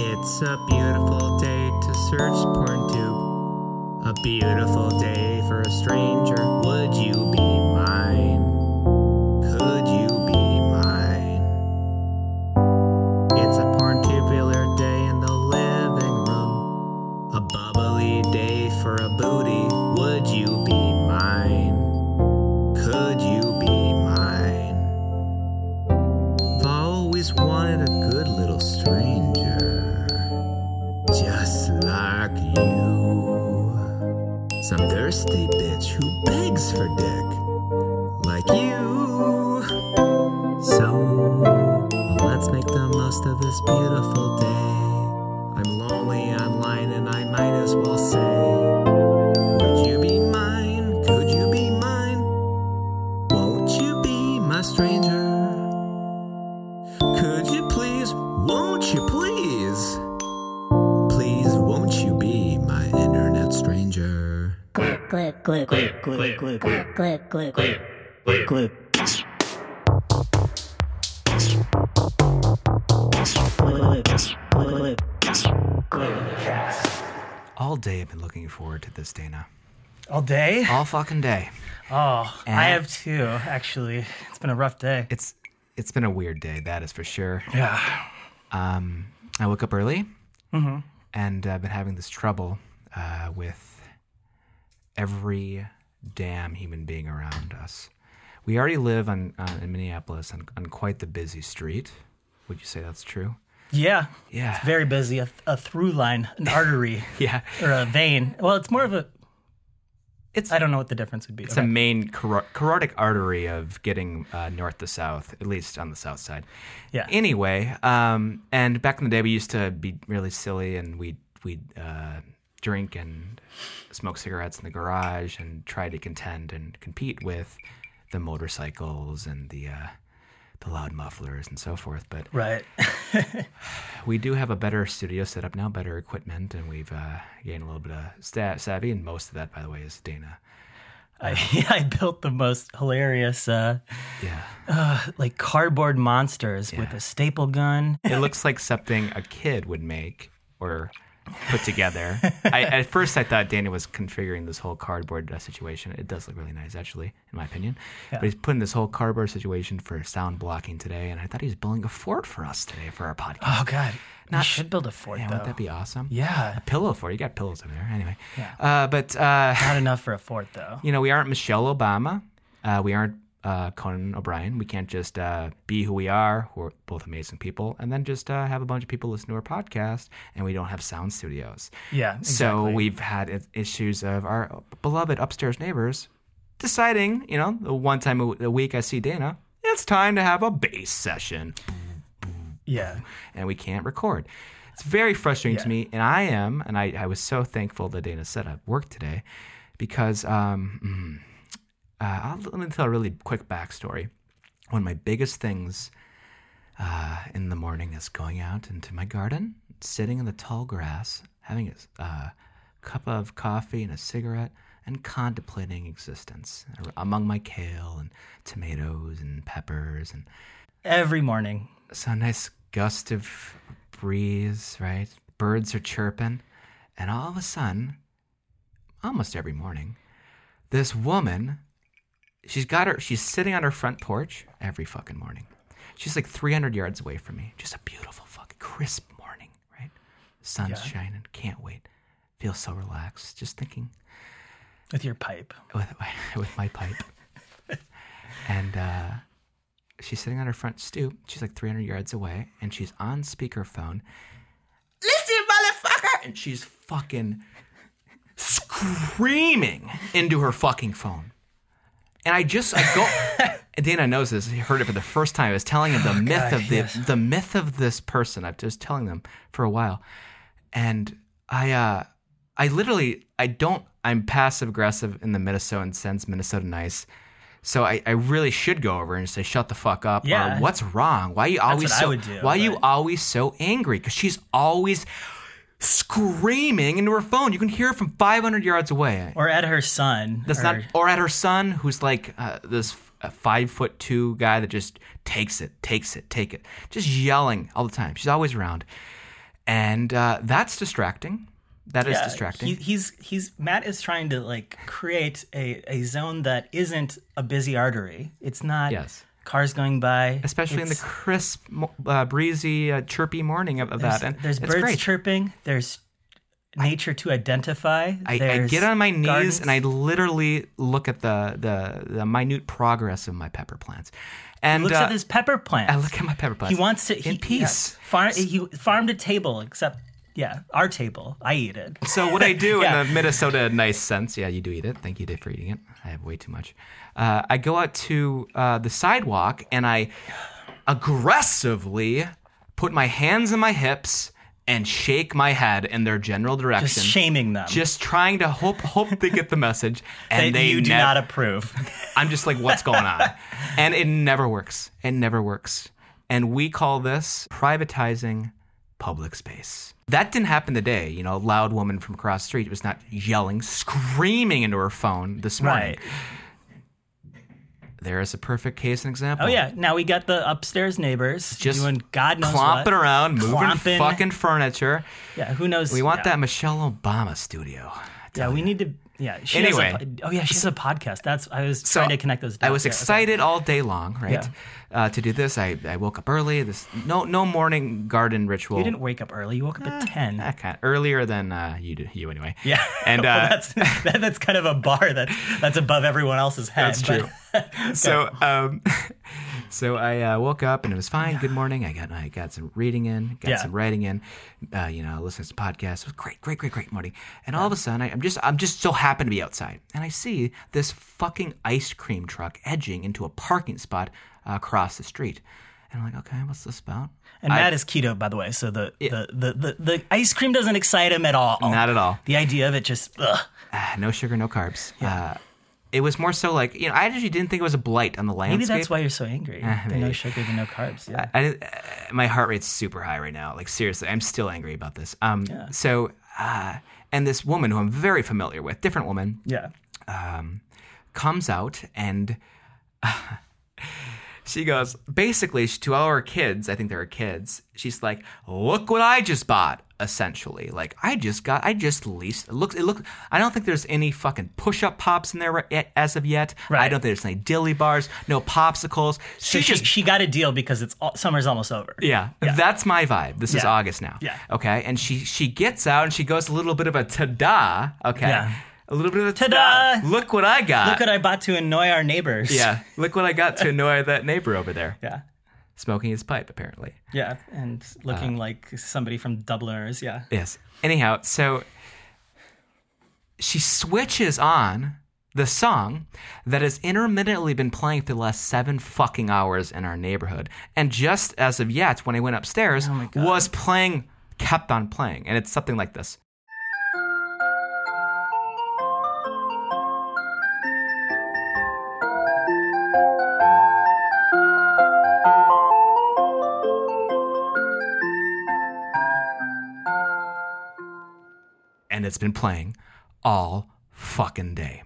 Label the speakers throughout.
Speaker 1: It's a beautiful day to search PornTube. A beautiful day for a stranger. Would you be mine? Could you be mine? It's a PornTubular day in the living room. A bubbly day for a booty. Would you be mine? Could you be mine? I've always wanted a good little stranger, just like you. Some thirsty bitch who begs for dick, like you. So let's make the most of this beautiful day. I'm lonely online and I might as well say, Would you be mine? Could you be mine? Won't you be my stranger? Could you please, won't you please? Please, won't you be my internet stranger?
Speaker 2: clip clip clip clip clip clip clip clip clip clip clip
Speaker 3: All day I've been looking forward to this, Dana.
Speaker 4: All day?
Speaker 3: All fucking day.
Speaker 4: Oh,
Speaker 3: And-
Speaker 4: I have two, actually. It's been a rough day.
Speaker 3: It's it's been a weird day, that is for sure.
Speaker 4: Yeah.
Speaker 3: Um, I woke up early, and I've been having this trouble uh, with every damn human being around us. We already live on, on in Minneapolis on, on quite the busy street. Would you say that's true?
Speaker 4: Yeah.
Speaker 3: Yeah.
Speaker 4: It's very busy. A, a through line, an artery,
Speaker 3: yeah.
Speaker 4: or a vein. Well, it's more of a.
Speaker 3: It's
Speaker 4: I don't know what the difference would be.
Speaker 3: It's a main caro- carotid artery of getting uh, north to south, at least on the south side.
Speaker 4: Yeah.
Speaker 3: Anyway, um, and back in the day, we used to be really silly, and we we uh, drink and smoke cigarettes in the garage, and try to contend and compete with the motorcycles and the uh, the loud mufflers and so forth. But
Speaker 4: Right.
Speaker 3: we do have a better studio set up now, better equipment, and we've uh, gained a little bit of sta- savvy. And most of that, by the way, is Dana.
Speaker 4: I, I built the most hilarious, uh,
Speaker 3: Yeah.
Speaker 4: like cardboard monsters with a staple gun.
Speaker 3: It looks like something a kid would make or put together. I, at first, I thought Dana was configuring this whole cardboard uh, situation. It does look really nice, actually, in my opinion. But he's putting this whole cardboard situation for sound blocking today, and I thought he was building a fort for us today for our podcast.
Speaker 4: Oh, God.
Speaker 3: Not-
Speaker 4: we should build a fort,
Speaker 3: yeah,
Speaker 4: though.
Speaker 3: wouldn't that be awesome?
Speaker 4: yeah.
Speaker 3: A pillow fort. You got pillows over there, anyway. Uh, but uh,
Speaker 4: Not enough for a fort, though.
Speaker 3: you know, we aren't Michelle Obama. Uh, we aren't uh, Conan O'Brien. We can't just uh, be who we are. We're both amazing people, and then just uh, have a bunch of people listen to our podcast, and we don't have sound studios.
Speaker 4: Yeah.
Speaker 3: So
Speaker 4: exactly.
Speaker 3: we've had i- issues of our beloved upstairs neighbors deciding, you know, the one time a w- a week I see Dana, it's time to have a bass session,
Speaker 4: Yeah.
Speaker 3: and we can't record. It's very frustrating to
Speaker 4: Yeah.
Speaker 3: me, and I am, and I, I was so thankful that Dana set up work today because um, mm, uh, I'll, let me tell a really quick backstory. One of my biggest things uh, in the morning is going out into my garden, sitting in the tall grass, having a uh, cup of coffee and a cigarette, and contemplating existence ar- among my kale and tomatoes and peppers. And
Speaker 4: Every morning.
Speaker 3: so a nice gust of breeze, right? Birds are chirping, and all of a sudden, almost every morning, this woman, she's got her, she's sitting on her front porch every fucking morning. She's like 300 yards away from me. Just a beautiful, fucking crisp morning, right? Sun's shining, can't wait. Feel so relaxed, just thinking
Speaker 4: With your pipe.
Speaker 3: with, with my pipe. and uh, she's sitting on her front stoop. She's like 300 yards away, and she's on speakerphone. Listen, motherfucker! And she's fucking screaming into her fucking phone. And I just I go. and Dana knows this. He heard it for the first time. I was telling him the
Speaker 4: Oh,
Speaker 3: myth of the the myth of this person. I was telling them for a while, and I uh I literally I don't. I'm passive aggressive in the Minnesotan sense. Minnesota nice. So I, I really should go over and say shut the fuck up. or,
Speaker 4: Yeah.
Speaker 3: what's wrong? Why you always
Speaker 4: what I
Speaker 3: so
Speaker 4: would do,
Speaker 3: why you
Speaker 4: but-
Speaker 3: always so angry? Because she's always screaming into her phone. You can hear it from 500 yards away.
Speaker 4: Or at her son.
Speaker 3: That's
Speaker 4: or,
Speaker 3: not, or at her son, who's like uh, this uh, five foot two guy that just takes it, takes it, take it, just yelling all the time. She's always around, and uh, that's distracting. That is
Speaker 4: Yeah,
Speaker 3: distracting.
Speaker 4: He, he's he's Matt is trying to like create a, a zone that isn't a busy artery. It's not
Speaker 3: Yes.
Speaker 4: cars going by,
Speaker 3: Especially in the
Speaker 4: It's-
Speaker 3: crisp, mo- uh, breezy, uh, chirpy morning of, of that, and
Speaker 4: there's
Speaker 3: it's
Speaker 4: birds
Speaker 3: great.
Speaker 4: chirping. There's nature to identify.
Speaker 3: I, I
Speaker 4: there's
Speaker 3: get on my knees
Speaker 4: gardens.
Speaker 3: and I literally look at the, the the minute progress of my pepper plants, and
Speaker 4: looks
Speaker 3: uh,
Speaker 4: at his pepper plant.
Speaker 3: I look at my pepper plants.
Speaker 4: he wants to
Speaker 3: in
Speaker 4: he,
Speaker 3: peace.
Speaker 4: yeah, farm, he farmed a table, except yeah, our table. I eat it.
Speaker 3: So what I do
Speaker 4: Yeah.
Speaker 3: in the Minnesota nice sense, yeah, you do eat it. Thank you, Dave, for eating it. I have way too much. Uh, I go out to uh, the sidewalk and I aggressively put my hands on my hips and shake my head in their general direction.
Speaker 4: Just shaming them.
Speaker 3: Just trying to hope hope they get the message,
Speaker 4: that
Speaker 3: and they
Speaker 4: you do
Speaker 3: nev-
Speaker 4: not approve.
Speaker 3: I'm just like, what's going on? And it never works. It never works. And we call this privatizing public space. That didn't happen today. You know, a loud woman from across the street was not yelling, screaming into her phone this morning.
Speaker 4: Right.
Speaker 3: There is a perfect case and example.
Speaker 4: Oh yeah. Now we got the upstairs neighbors
Speaker 3: Just
Speaker 4: doing God knows
Speaker 3: Clomping
Speaker 4: what.
Speaker 3: around, moving
Speaker 4: Clomping.
Speaker 3: fucking furniture.
Speaker 4: Yeah. Who knows?
Speaker 3: We want
Speaker 4: yeah.
Speaker 3: that Michelle Obama studio.
Speaker 4: Yeah, we need to. Yeah. She
Speaker 3: Anyway.
Speaker 4: Has a, po- oh yeah, she has a podcast. That's I was
Speaker 3: So
Speaker 4: trying to connect those. Dots.
Speaker 3: I was
Speaker 4: Yeah, okay.
Speaker 3: excited all day long, right? Uh, to do this, I, I woke up early. This no no morning garden ritual.
Speaker 4: You didn't wake up early. You woke up
Speaker 3: Ah,
Speaker 4: at ten.
Speaker 3: that kind earlier than uh, you do, you anyway.
Speaker 4: yeah.
Speaker 3: and
Speaker 4: Well,
Speaker 3: uh,
Speaker 4: that's that, that's kind of a bar that's that's above everyone else's head.
Speaker 3: That's
Speaker 4: but-
Speaker 3: true. so um, so I uh, woke up and it was fine. Good morning. I got I got some reading in, got
Speaker 4: Yeah.
Speaker 3: some writing in. Uh, you know, listening to podcasts. It was great, great, great, great morning. And all of a sudden, I, I'm just I'm just so happen to be outside, and I see this fucking ice cream truck edging into a parking spot uh, across the street. And I'm like, okay, what's this about?
Speaker 4: and Matt is keto, by the way. So the, the, the, the the ice cream doesn't excite him at all.
Speaker 3: Not at all.
Speaker 4: The idea of it just ugh.
Speaker 3: Ah, no sugar, no carbs. Uh, it was more so like you know I actually didn't think it was a blight on the landscape.
Speaker 4: Maybe that's why you're so angry. The no
Speaker 3: Ah, maybe.
Speaker 4: sugar, the no carbs. Yeah.
Speaker 3: I didn't, uh, my heart rate's super high right now. Like seriously, I'm still angry about this. Um, so uh, and this woman who I'm very familiar with, different woman,
Speaker 4: yeah.
Speaker 3: comes out and she goes basically she- to our kids. I think they're kids. She's like, look what I just bought. Essentially, like I just got, I just leased. It looks, it looks. I don't think there's any fucking push-up pops in there ri- yet- as of yet. I
Speaker 4: Right.
Speaker 3: don't think there's any dilly bars, no popsicles.
Speaker 4: So she, she got a deal because it's all, summer's almost over.
Speaker 3: Yeah, that's my vibe. This is
Speaker 4: Yeah.
Speaker 3: August now.
Speaker 4: Yeah.
Speaker 3: Okay, and she she gets out and she goes a little bit of a ta-da. Okay.
Speaker 4: Yeah.
Speaker 3: A little bit of a ta-da.
Speaker 4: Ta-da!
Speaker 3: Look what I got.
Speaker 4: Look what I bought to annoy our neighbors.
Speaker 3: yeah. Look what I got to annoy that neighbor over there
Speaker 4: Yeah.
Speaker 3: smoking his pipe apparently.
Speaker 4: Yeah. And looking
Speaker 3: Uh,
Speaker 4: like somebody from Dubliners. Yeah.
Speaker 3: Yes. Anyhow, so she switches on the song that has intermittently been playing for the last seven fucking hours in our neighborhood. And just as of yet, when I went
Speaker 4: Oh
Speaker 3: upstairs, was playing, kept on playing. And it's something like this. And it's been playing all fucking day.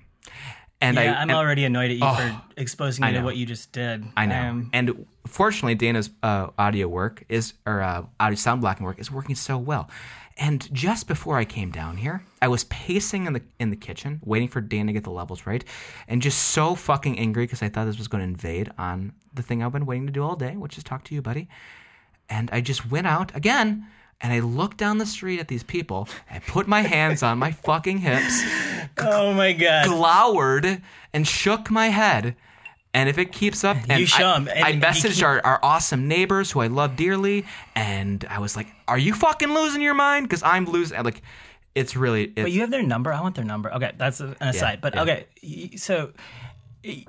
Speaker 3: And
Speaker 4: Yeah,
Speaker 3: I,
Speaker 4: I, am
Speaker 3: and-
Speaker 4: already annoyed at you
Speaker 3: Oh,
Speaker 4: for exposing me to
Speaker 3: know.
Speaker 4: what you just did.
Speaker 3: I know.
Speaker 4: Um,
Speaker 3: and fortunately, Dana's uh, audio work is, or uh, audio sound blocking work is working so well. And just before I came down here, I was pacing in the in the kitchen, waiting for Dana to get the levels right, and just so fucking angry because I thought this was going to invade on the thing I've been waiting to do all day, which is talk to you, buddy. And I just went out again, and I looked down the street at these people, and put my hands on my fucking hips,
Speaker 4: oh my God.
Speaker 3: glowered and shook my head. And if it keeps up, and
Speaker 4: You show
Speaker 3: I,
Speaker 4: 'em, and
Speaker 3: I
Speaker 4: you
Speaker 3: messaged
Speaker 4: keep-
Speaker 3: our, our awesome neighbors who I love dearly, and I was like, "Are you fucking losing your mind? Because I'm losing. I'm Like, it's really. It's,
Speaker 4: But you have their number. I want their number. Okay, that's an aside. but okay, y- so y-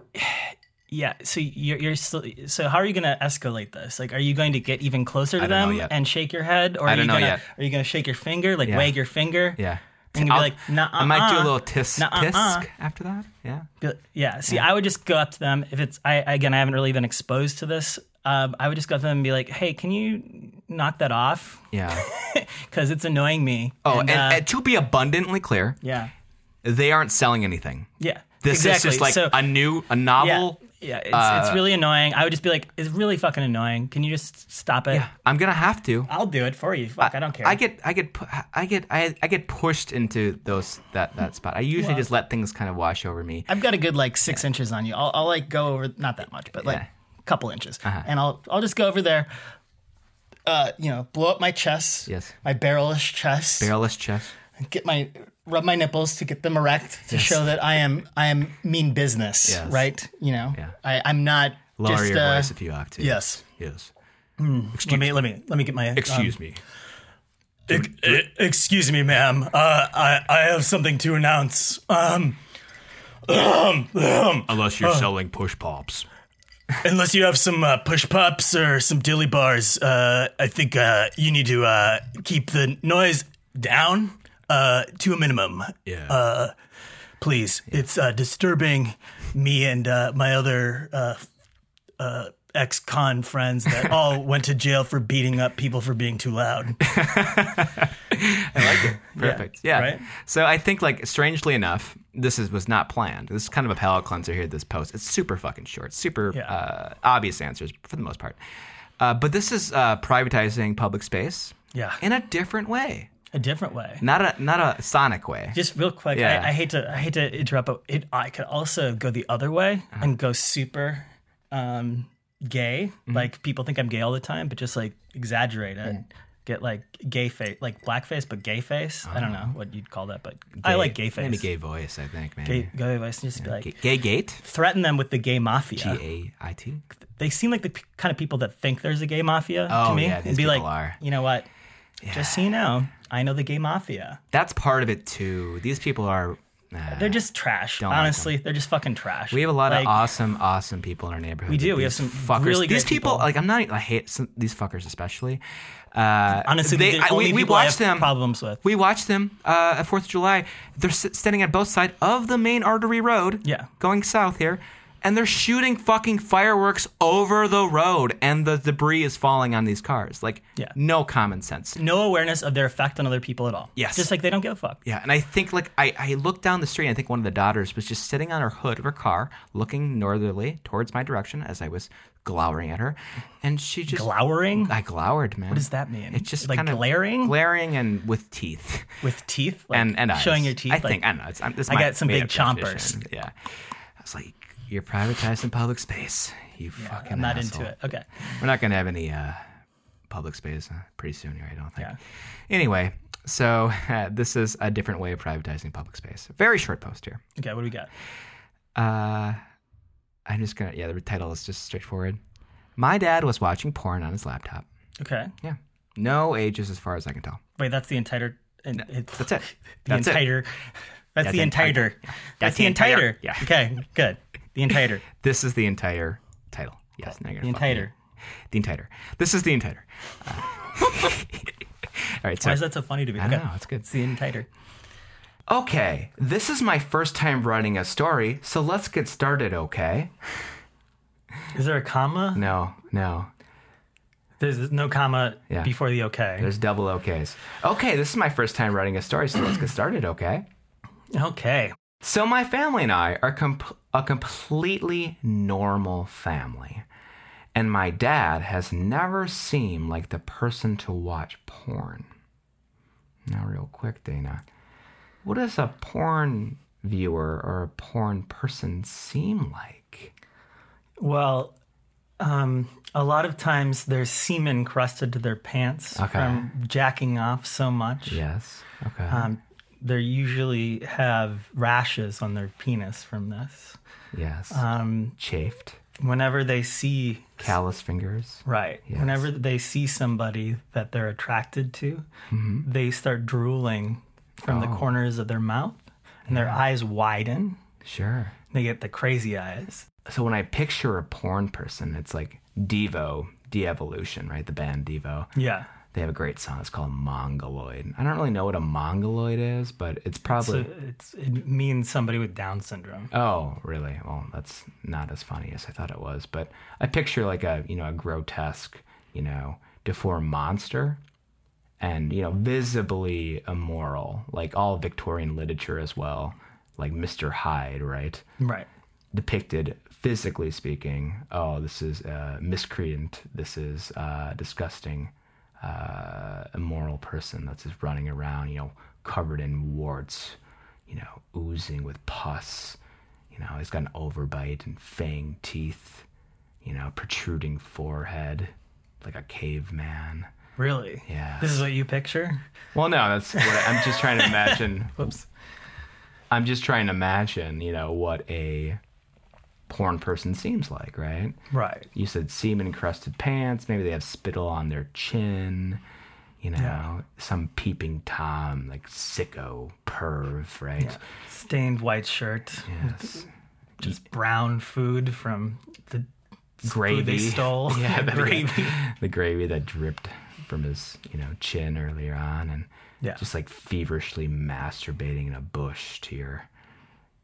Speaker 4: yeah, so you're, you're still, so how are you going to escalate this? Like, are you going to get even closer to
Speaker 3: don't know
Speaker 4: them
Speaker 3: yet.
Speaker 4: and shake your head, or
Speaker 3: I
Speaker 4: are
Speaker 3: don't
Speaker 4: you
Speaker 3: know
Speaker 4: gonna,
Speaker 3: yet.
Speaker 4: are you going to shake your finger, like
Speaker 3: Yeah.
Speaker 4: wag your finger?
Speaker 3: yeah.
Speaker 4: And you'd be
Speaker 3: I'll-
Speaker 4: like, uh-uh. "Nuh-uh-uh.
Speaker 3: I might do a little tisk
Speaker 4: Nuh-uh-uh."
Speaker 3: tisk after that. Yeah.
Speaker 4: Be- Yeah. See, I would just go up to them if it's. I again, I haven't really been exposed to this. Um, I would just go up to them and be like, "Hey, can you knock that off?
Speaker 3: Yeah.
Speaker 4: Because it's annoying me."
Speaker 3: Oh, and,
Speaker 4: uh,
Speaker 3: and to be abundantly clear,
Speaker 4: yeah,
Speaker 3: they aren't selling anything.
Speaker 4: yeah.
Speaker 3: This
Speaker 4: exactly.
Speaker 3: is just like
Speaker 4: so,
Speaker 3: a new, a novel Uh,
Speaker 4: Yeah, it's, it's really annoying. I would just be like, it's really fucking annoying. Can you just stop it?
Speaker 3: Yeah, I'm gonna have to.
Speaker 4: I'll do it for you. Fuck, I, don't care.
Speaker 3: I get, I get, pu- I get, I, I get pushed into those that that spot. I usually
Speaker 4: Well-
Speaker 3: just let things kind of wash over me.
Speaker 4: I've got a good like six inches on you. I'll, I'll like go over not that much, but like
Speaker 3: Yeah. Uh-huh.
Speaker 4: a couple inches, and I'll I'll just go over there. Uh, you know, blow up my chest.
Speaker 3: Yes.
Speaker 4: my barrelish chest.
Speaker 3: Barrelless chest.
Speaker 4: Get my rub my nipples to get them erect to show that I am I am mean business.
Speaker 3: Yes.
Speaker 4: Right. You know.
Speaker 3: Yeah.
Speaker 4: I I'm not
Speaker 3: Lower
Speaker 4: just.
Speaker 3: your
Speaker 4: uh,
Speaker 3: voice if you have to.
Speaker 4: yes.
Speaker 3: Yes.
Speaker 4: let me let me let me get my um,
Speaker 3: Excuse me.
Speaker 4: Ex- e- excuse me, ma'am. Uh, I I have something to announce. Um,
Speaker 3: Unless
Speaker 4: Oh.
Speaker 3: you're selling push pops.
Speaker 4: unless you have some uh, push pops or some dilly bars, uh, I think uh, you need to uh, keep the noise down uh, to a minimum.
Speaker 3: Yeah.
Speaker 4: Uh, please, it's uh, disturbing me and uh, my other uh, uh, ex-con friends that all went to jail for beating up people for being too loud.
Speaker 3: Perfect. Yeah.
Speaker 4: right?
Speaker 3: So I think like strangely enough, this is was not planned. This is kind of a palate cleanser here. This post. It's super fucking short. Super
Speaker 4: Yeah.
Speaker 3: uh, obvious answers for the most part. Uh, but this is uh, privatizing public space.
Speaker 4: Yeah.
Speaker 3: In a different way,
Speaker 4: A different way.
Speaker 3: not a not a sonic way.
Speaker 4: Just real quick,
Speaker 3: Yeah.
Speaker 4: I, I hate to I hate to interrupt, but it, I could also go the other way
Speaker 3: Uh-huh.
Speaker 4: and go super um, gay.
Speaker 3: Mm-hmm.
Speaker 4: Like people think I'm gay all the time, but just like exaggerate it, get like gay face, like blackface, but gay face. I don't know what you'd call that, but I like gay face.
Speaker 3: Maybe Uh-huh. gay voice. I think man.
Speaker 4: Gay, gay voice, and just be like
Speaker 3: Gay, gay gate.
Speaker 4: threaten them with the gay mafia.
Speaker 3: G A I T.
Speaker 4: They seem like the p- kind of people that think there's a gay mafia
Speaker 3: Oh,
Speaker 4: to me,
Speaker 3: yeah, these
Speaker 4: and be like,
Speaker 3: people are.
Speaker 4: you know what? Just so you know, I know the gay mafia.
Speaker 3: That's part of it too. These people are. nah.
Speaker 4: They're just trash.
Speaker 3: like 'em.
Speaker 4: Honestly, they're just fucking trash.
Speaker 3: We have a lot
Speaker 4: Like,
Speaker 3: of awesome, awesome people in our neighborhood.
Speaker 4: We
Speaker 3: but
Speaker 4: do. We have
Speaker 3: these
Speaker 4: some
Speaker 3: fuckers.
Speaker 4: really
Speaker 3: these
Speaker 4: great
Speaker 3: people,
Speaker 4: people.
Speaker 3: Like I'm not. I hate some, these fuckers especially. Uh,
Speaker 4: Honestly,
Speaker 3: they,
Speaker 4: they're
Speaker 3: I-
Speaker 4: the only
Speaker 3: we, we
Speaker 4: people I
Speaker 3: watched
Speaker 4: have
Speaker 3: them.
Speaker 4: problems with.
Speaker 3: We watched them uh, at Fourth of July. They're s- standing at both sides of the main artery road.
Speaker 4: Yeah.
Speaker 3: going south here, and they're shooting fucking fireworks over the road, and the debris is falling on these cars. Like,
Speaker 4: Yeah.
Speaker 3: no common sense.
Speaker 4: no awareness of their effect on other people at all.
Speaker 3: Yes.
Speaker 4: Just like they don't give a fuck.
Speaker 3: Yeah, and I think like I, I looked down the street. And I think one of the daughters was just sitting on her hood of her car, looking northerly towards my direction as I was glowering at her, and she just
Speaker 4: Glowering
Speaker 3: I glowered, man. What
Speaker 4: does that mean?
Speaker 3: It's just
Speaker 4: Like
Speaker 3: kinda
Speaker 4: glaring?
Speaker 3: glaring, and with teeth,
Speaker 4: with teeth, like
Speaker 3: and and eyes.
Speaker 4: showing your teeth.
Speaker 3: I
Speaker 4: like,
Speaker 3: think I don't know. It's, I'm, this
Speaker 4: I got some big chompers.
Speaker 3: Yeah, I was like, you're privatizing public space. You fucking.
Speaker 4: I'm not
Speaker 3: asshole."
Speaker 4: into it. Okay.
Speaker 3: We're not gonna have any uh, public space uh, pretty soon here, I don't think.
Speaker 4: Yeah.
Speaker 3: Anyway, so uh, this is a different way of privatizing public space. Very short post here.
Speaker 4: Okay. What do we got?
Speaker 3: Uh, I'm just gonna yeah. The title is just straightforward. My dad was watching porn on his laptop.
Speaker 4: Okay.
Speaker 3: Yeah, no ages as far as I can tell.
Speaker 4: Wait, that's the entire. And it's
Speaker 3: That's it.
Speaker 4: The
Speaker 3: That's it.
Speaker 4: entire. That's the
Speaker 3: the
Speaker 4: entire.
Speaker 3: entire.
Speaker 4: That's the entire.
Speaker 3: Yeah.
Speaker 4: Okay. Good. The entire.
Speaker 3: This is the entire title. Yes, now you're
Speaker 4: The
Speaker 3: gonna fuck me.
Speaker 4: entire.
Speaker 3: The entire. This is the entire. Uh, all right. So
Speaker 4: Why is that so funny to me?
Speaker 3: I
Speaker 4: okay.
Speaker 3: don't know. It's good.
Speaker 4: It's the entire.
Speaker 3: Okay, this is my first time writing a story, so let's get started, okay?
Speaker 4: Is there a comma?
Speaker 3: No, no.
Speaker 4: There's no comma
Speaker 3: Yeah.
Speaker 4: before the okay.
Speaker 3: There's double OKs. Okay, this is my first time writing a story, so let's get started, okay?
Speaker 4: okay.
Speaker 3: So, my family and I are comp- a completely normal family. And my dad has never seemed like the person to watch porn. Now, real quick, Dana, what does a porn viewer or a porn person seem like?
Speaker 4: Well, um, a lot of times there's semen crusted to their pants
Speaker 3: Okay.
Speaker 4: from jacking off so much.
Speaker 3: Yes. Okay.
Speaker 4: Um, they usually have rashes on their penis from this.
Speaker 3: yes.
Speaker 4: Um,
Speaker 3: chafed,
Speaker 4: whenever they see,
Speaker 3: callous fingers.
Speaker 4: right, whenever they see somebody that they're attracted to, they start drooling from the corners of their mouth and their eyes widen.
Speaker 3: Sure.
Speaker 4: They get the crazy eyes.
Speaker 3: So when I picture a porn person, it's like Devo, De-Evolution, right? The band Devo.
Speaker 4: Yeah.
Speaker 3: They have a great song. It's called Mongoloid. I don't really know what a mongoloid is, but it's
Speaker 4: So
Speaker 3: probably.
Speaker 4: it's, it means somebody with Down syndrome.
Speaker 3: oh, really? Well, that's not as funny as I thought it was. But I picture like a you know a grotesque, you know, deformed monster. And you know, visibly immoral, like all Victorian literature as well, like Mr. Hyde, right?
Speaker 4: Right.
Speaker 3: depicted physically speaking. Oh, this is uh, miscreant. This is uh, disgusting, uh, immoral person that's just running around, you know, covered in warts, you know, oozing with pus. You know, he's got an overbite and fang teeth. You know, protruding forehead, like a caveman.
Speaker 4: Really?
Speaker 3: Yeah.
Speaker 4: This is what you picture?
Speaker 3: Well, no, that's what I, I'm just trying to imagine.
Speaker 4: Whoops.
Speaker 3: I'm just trying to imagine, you know, what a porn person seems like, right?
Speaker 4: Right.
Speaker 3: You said semen encrusted pants. Maybe they have spittle on their chin. You know, some peeping tom, like sicko, perv, right?
Speaker 4: Stained white shirt,
Speaker 3: Yes.
Speaker 4: just brown food from the
Speaker 3: Gravy.
Speaker 4: food they stole.
Speaker 3: Yeah, the
Speaker 4: gravy.
Speaker 3: The gravy that dripped from his, you know, chin earlier on, and
Speaker 4: Yeah.
Speaker 3: just like feverishly masturbating in a bush to your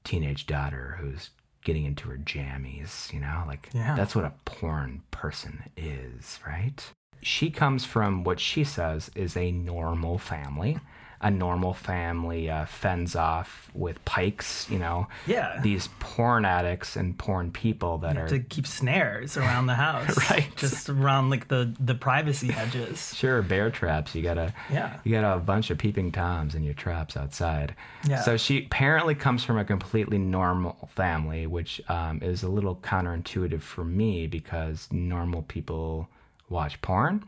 Speaker 3: teenage daughter who's getting into her jammies, you know? Like
Speaker 4: Yeah.
Speaker 3: that's what a porn person is, right? She comes from what she says is a normal family. A normal family uh, fends off with pikes, you know.
Speaker 4: Yeah.
Speaker 3: These porn addicts and porn people that are
Speaker 4: to keep snares around the house,
Speaker 3: Right.
Speaker 4: Just around like the the privacy hedges.
Speaker 3: Sure, bear traps. You got a
Speaker 4: Yeah.
Speaker 3: you got a bunch of peeping toms in your traps outside.
Speaker 4: Yeah.
Speaker 3: So she apparently comes from a completely normal family, which um, is a little counterintuitive for me because normal people watch porn.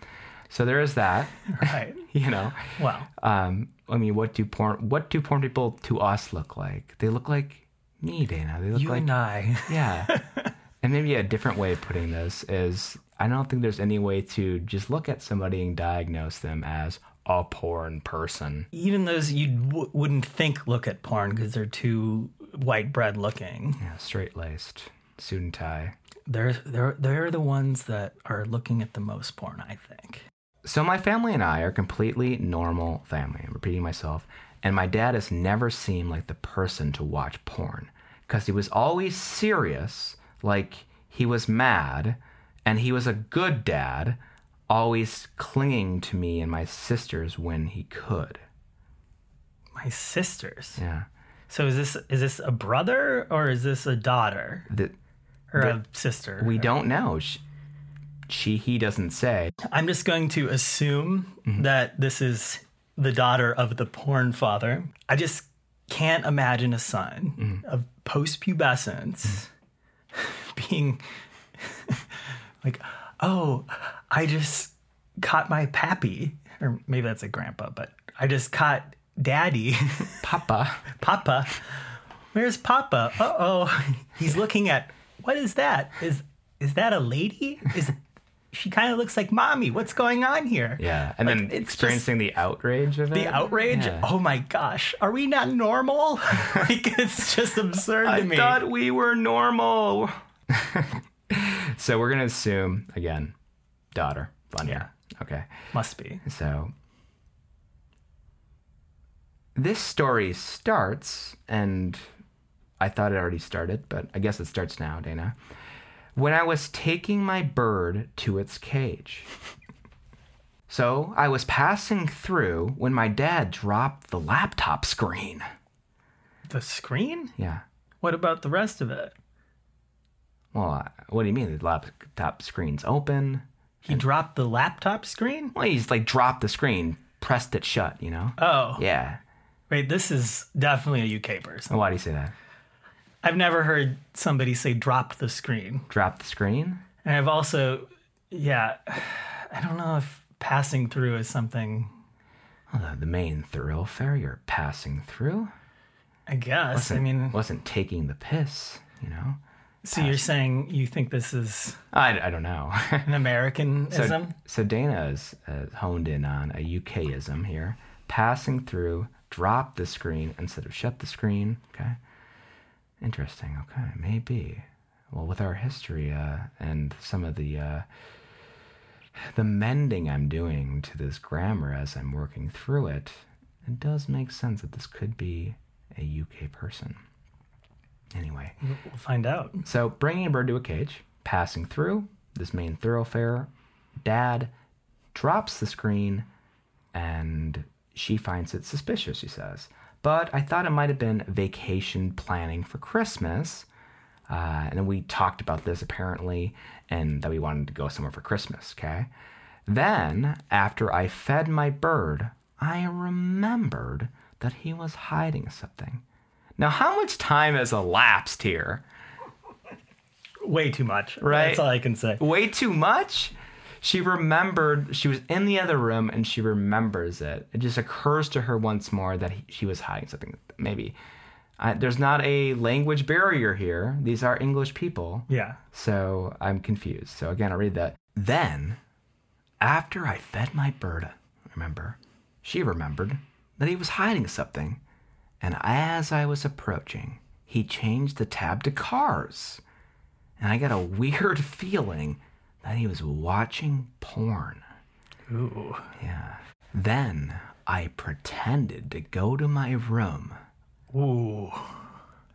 Speaker 3: So there is that,
Speaker 4: right.
Speaker 3: you know.
Speaker 4: Wow.
Speaker 3: Um, I mean, what do porn what do porn people to us look like? They look like me, Dana. They look
Speaker 4: You
Speaker 3: like
Speaker 4: and I.
Speaker 3: yeah. and maybe a different way of putting this is I don't think there's any way to just look at somebody and diagnose them as a porn person.
Speaker 4: Even those you w- wouldn't think look at porn because they're too white bread looking.
Speaker 3: Yeah, straight laced, suit and tie.
Speaker 4: They're they're they're the ones that are looking at the most porn. I think.
Speaker 3: So my family and I are completely normal family. I'm repeating myself. And my dad has never seemed like the person to watch porn because he was always serious, like he was mad, and he was a good dad, always clinging to me and my sisters when he could.
Speaker 4: My sisters.
Speaker 3: Yeah.
Speaker 4: So is this is this a brother or is this a daughter
Speaker 3: The,
Speaker 4: or a sister?
Speaker 3: we don't know. She, she, he doesn't say.
Speaker 4: I'm just going to assume that this is the daughter of the porn father. I just can't imagine a son of post-pubescence being like, "Oh, I just caught my pappy," or maybe that's a grandpa, but I just caught daddy,
Speaker 3: Papa.
Speaker 4: papa. Where's papa? Uh oh, he's looking at what is that? Is is that a lady? Is she kind of looks like mommy? What's going on here?
Speaker 3: Yeah. And
Speaker 4: Like,
Speaker 3: then
Speaker 4: it's
Speaker 3: experiencing the outrage of it.
Speaker 4: The outrage?
Speaker 3: Yeah.
Speaker 4: Oh my gosh. Are we not normal? like, it's just absurd to
Speaker 3: I
Speaker 4: me.
Speaker 3: thought we were normal. so we're gonna assume again, daughter. Fun. Yeah. Okay.
Speaker 4: Must be.
Speaker 3: So this story starts, and I thought it already started, but I guess it starts now, Dana. When I was taking my bird to its cage. So I was passing through when my dad dropped the laptop screen.
Speaker 4: The screen?
Speaker 3: Yeah.
Speaker 4: What about the rest of it?
Speaker 3: Well, I- what do you mean? The laptop screen's open.
Speaker 4: He dropped the laptop screen?
Speaker 3: Well, he's like dropped the screen, pressed it shut, you know?
Speaker 4: Oh,
Speaker 3: Yeah.
Speaker 4: wait, this is definitely a UK person.
Speaker 3: Why do you say that?
Speaker 4: I've never heard somebody say dropped the screen.
Speaker 3: Drop the screen?
Speaker 4: And I've also, yeah, I don't know if passing through is something,
Speaker 3: Well, Uh, the main thoroughfare you're passing through
Speaker 4: I guess. I mean,
Speaker 3: wasn't taking the piss, you know?
Speaker 4: so you're saying you think this is
Speaker 3: I, I don't know.
Speaker 4: an Americanism?
Speaker 3: so, so Dana is uh, honed in on a UKism here. Passing through, drop the screen instead of shut the screen. Okay. Interesting. Okay. Maybe. Well, with our history uh, and some of the uh, the mending I'm doing to this grammar as I'm working through it, it does make sense that this could be a UK person. Anyway.
Speaker 4: we'll find out.
Speaker 3: So, bringing a bird to a cage, passing through this main thoroughfare, dad drops the screen and she finds it suspicious, she says. But I thought it might have been vacation planning for Christmas. Uh, and then we talked about this apparently, and that we wanted to go somewhere for Christmas. Okay. Then, after I fed my bird, I remembered that he was hiding something. Now, how much time has elapsed here?
Speaker 4: Way too much.
Speaker 3: Right.
Speaker 4: That's all I can say.
Speaker 3: Way too much? She remembered, she was in the other room and she remembers it. It just occurs to her once more that he, she was hiding something. Maybe. I, there's not a language barrier here. These are English people.
Speaker 4: Yeah.
Speaker 3: So I'm confused. So again, I'll read that. Then, after I fed my bird, remember, she remembered that he was hiding something. And as I was approaching, he changed the tab to cars. And I got a weird feeling that he was watching porn.
Speaker 4: Ooh.
Speaker 3: Yeah. Then I pretended to go to my room
Speaker 4: Ooh.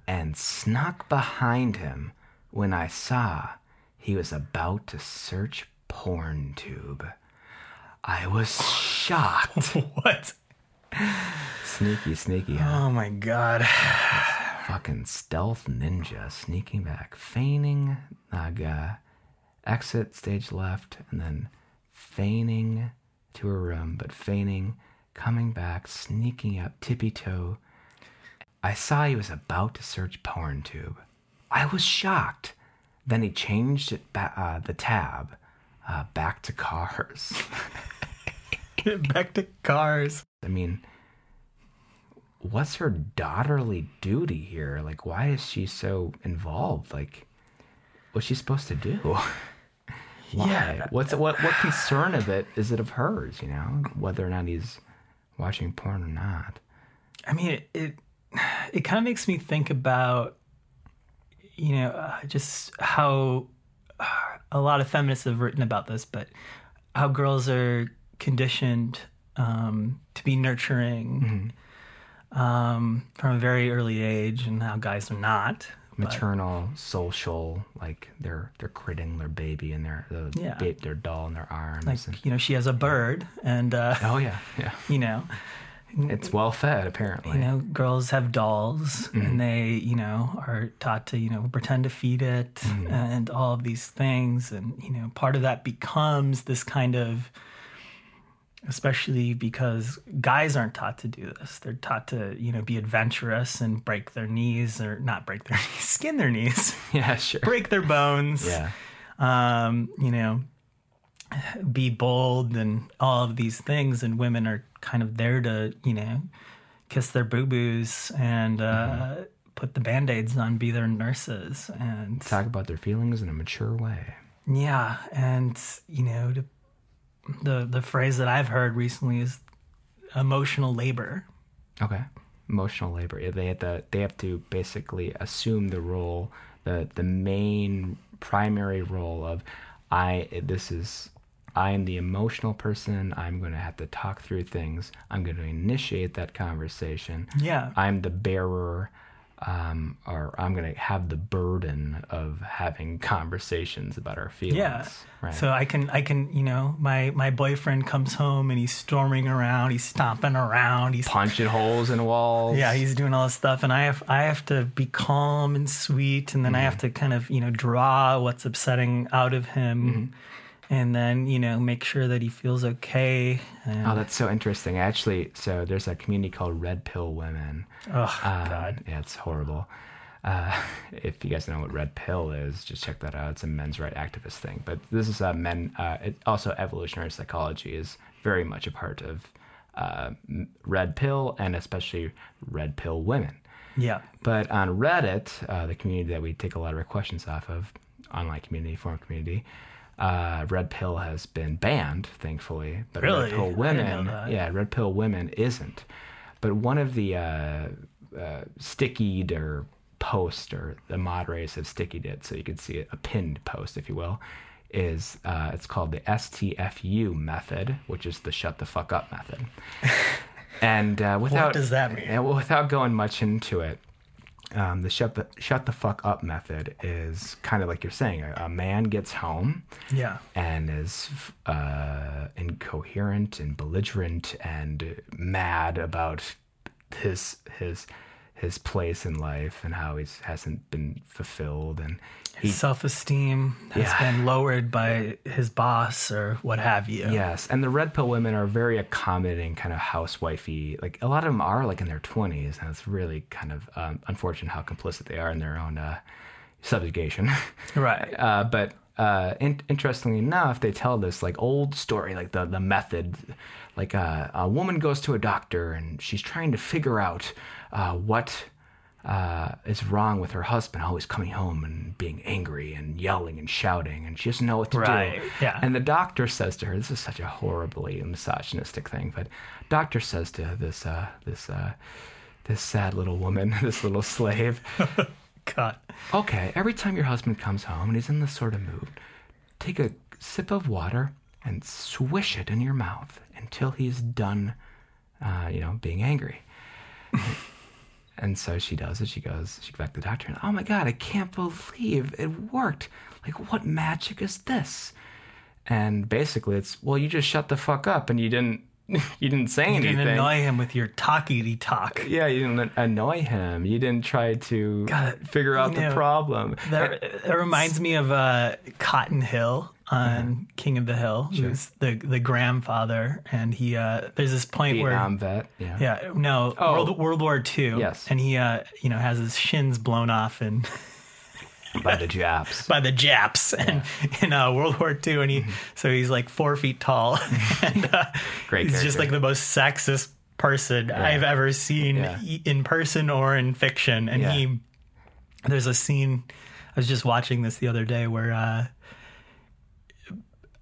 Speaker 3: and snuck behind him when I saw he was about to search PornTube. I was shocked.
Speaker 4: What?
Speaker 3: sneaky, sneaky, huh?
Speaker 4: Oh my god.
Speaker 3: Fucking stealth ninja sneaking back, feigning Naga, exit stage left, and then feigning to her room, but feigning, coming back, sneaking up, tippy toe. I saw he was about to search PornTube. I was shocked. Then he changed it ba- uh, the tab uh, back to cars.
Speaker 4: Back to cars.
Speaker 3: I mean, what's her daughterly duty here? Like, why is she so involved? Like, what's she supposed to do? why?
Speaker 4: Yeah.
Speaker 3: What's what? What concern of it is it of hers? You know, whether or not he's watching porn or not.
Speaker 4: I mean, it it, it kind of makes me think about, you know, uh, just how uh, a lot of feminists have written about this, but how girls are conditioned um, to be nurturing um, from a very early age, and how guys are not.
Speaker 3: Mm-hmm. Maternal, social, like they're they're critting their baby and their the,
Speaker 4: Yeah.
Speaker 3: ba- their doll in their arms. and,
Speaker 4: Like, you know, she has a bird, and uh,
Speaker 3: oh yeah, yeah.
Speaker 4: you know.
Speaker 3: It's well fed apparently.
Speaker 4: you know, girls have dolls and they, you know, are taught to, you know, pretend to feed it and all of these things. And, you know, part of that becomes this kind of, especially because guys aren't taught to do this. They're taught to, you know, be adventurous and break their knees or not break their knees, skin their knees,
Speaker 3: Yeah, sure.
Speaker 4: break their bones,
Speaker 3: Yeah.
Speaker 4: um, you know, be bold and all of these things. And women are kind of there to, you know, kiss their boo boos and uh,
Speaker 3: Mm-hmm.
Speaker 4: put the band aids on, be their nurses. And
Speaker 3: Talk about their feelings in a mature way.
Speaker 4: yeah, and, you know, to, the, the phrase that I've heard recently is emotional labor.
Speaker 3: Okay. Emotional labor. Yeah, They have to, they have to basically assume the role, the the main primary role of I this is I am the emotional person. I'm going to have to talk through things. I'm going to initiate that conversation.
Speaker 4: Yeah.
Speaker 3: I'm the bearer um, or I'm going to have the burden of having conversations about our feelings.
Speaker 4: Yeah.
Speaker 3: Right.
Speaker 4: So I can I can, you know, my my boyfriend comes home and he's storming around, he's stomping around, he's
Speaker 3: punching holes in walls.
Speaker 4: Yeah, he's doing all this stuff, and I have I have to be calm and sweet, and then I have to kind of you know draw what's upsetting out of him, and then you know make sure that he feels okay. And,
Speaker 3: Oh, that's so interesting. Actually, so there's a community called Red Pill Women.
Speaker 4: oh
Speaker 3: Um,
Speaker 4: God,
Speaker 3: Yeah, it's horrible. Uh, if you guys know what Red Pill is, just check that out. It's a men's right activist thing. But this is a men, uh, it, also evolutionary psychology is very much a part of uh, m- Red Pill and especially Red Pill women.
Speaker 4: yeah,
Speaker 3: But on Reddit, uh, the community that we take a lot of our questions off of, online community, forum community, uh, Red Pill has been banned, thankfully. But
Speaker 4: Really?
Speaker 3: Red Pill
Speaker 4: I didn't know
Speaker 3: Women,
Speaker 4: that.
Speaker 3: yeah, Red Pill Women isn't. But one of the uh, uh, stickied or post or the moderators have stickied it, so you can see a pinned post, if you will. Is uh, it's called the STFU method, which is the shut the fuck up method. And uh, without
Speaker 4: does that mean?
Speaker 3: and without going much into it, um, the shut the shut the fuck up method is kind of like you're saying. A, a man gets home
Speaker 4: yeah,
Speaker 3: and is uh, incoherent and belligerent and mad about his his his place in life and how he's hasn't been fulfilled and
Speaker 4: His self esteem has
Speaker 3: Yeah.
Speaker 4: been lowered by his boss or what have you.
Speaker 3: Yes, and the red pill women are very accommodating, kind of housewifey. Like a lot of them are like in their twenties, and it's really kind of um, unfortunate how complicit they are in their own uh, subjugation.
Speaker 4: Right.
Speaker 3: uh, but uh, in- interestingly enough, they tell this like old story, like the the method. Like uh, a woman goes to a doctor and she's trying to figure out uh, what uh, is wrong with her husband, always coming home and being angry and yelling and shouting, and she doesn't know what to
Speaker 4: Right,
Speaker 3: do.
Speaker 4: yeah.
Speaker 3: And the doctor says to her, "This is such a horribly misogynistic thing," but doctor says to this uh, this uh, this sad little woman, this little slave.
Speaker 4: Cut.
Speaker 3: Okay, every time your husband comes home and he's in this sort of mood, take a sip of water and swish it in your mouth until he's done, uh, you know, being angry. and so she does it. She goes, she goes back to the doctor and, oh my God, I can't believe it worked. Like, what magic is this? And basically, it's, well, you just shut the fuck up and you didn't. You didn't say
Speaker 4: You
Speaker 3: anything.
Speaker 4: didn't annoy him with your talkity talk.
Speaker 3: yeah, you didn't annoy him. You didn't try to
Speaker 4: God,
Speaker 3: figure out
Speaker 4: you
Speaker 3: the
Speaker 4: know,
Speaker 3: problem.
Speaker 4: That, that reminds me of uh, Cotton Hill on King of the Hill. Who's the the grandfather, and he uh, there's this point where
Speaker 3: Vietnam Um, vet. Yeah.
Speaker 4: yeah no World, World War II.
Speaker 3: Oh. Yes.
Speaker 4: and he uh, you know has his shins blown off and
Speaker 3: By the Japs.
Speaker 4: by the Japs and in uh, World War II, and he
Speaker 3: Mm-hmm.
Speaker 4: so he's like four feet tall, and uh,
Speaker 3: Great
Speaker 4: he's just
Speaker 3: character.
Speaker 4: like the most sexist person I've ever seen
Speaker 3: Yeah.
Speaker 4: e- in person or in fiction. And
Speaker 3: Yeah.
Speaker 4: he there's a scene I was just watching this the other day where uh,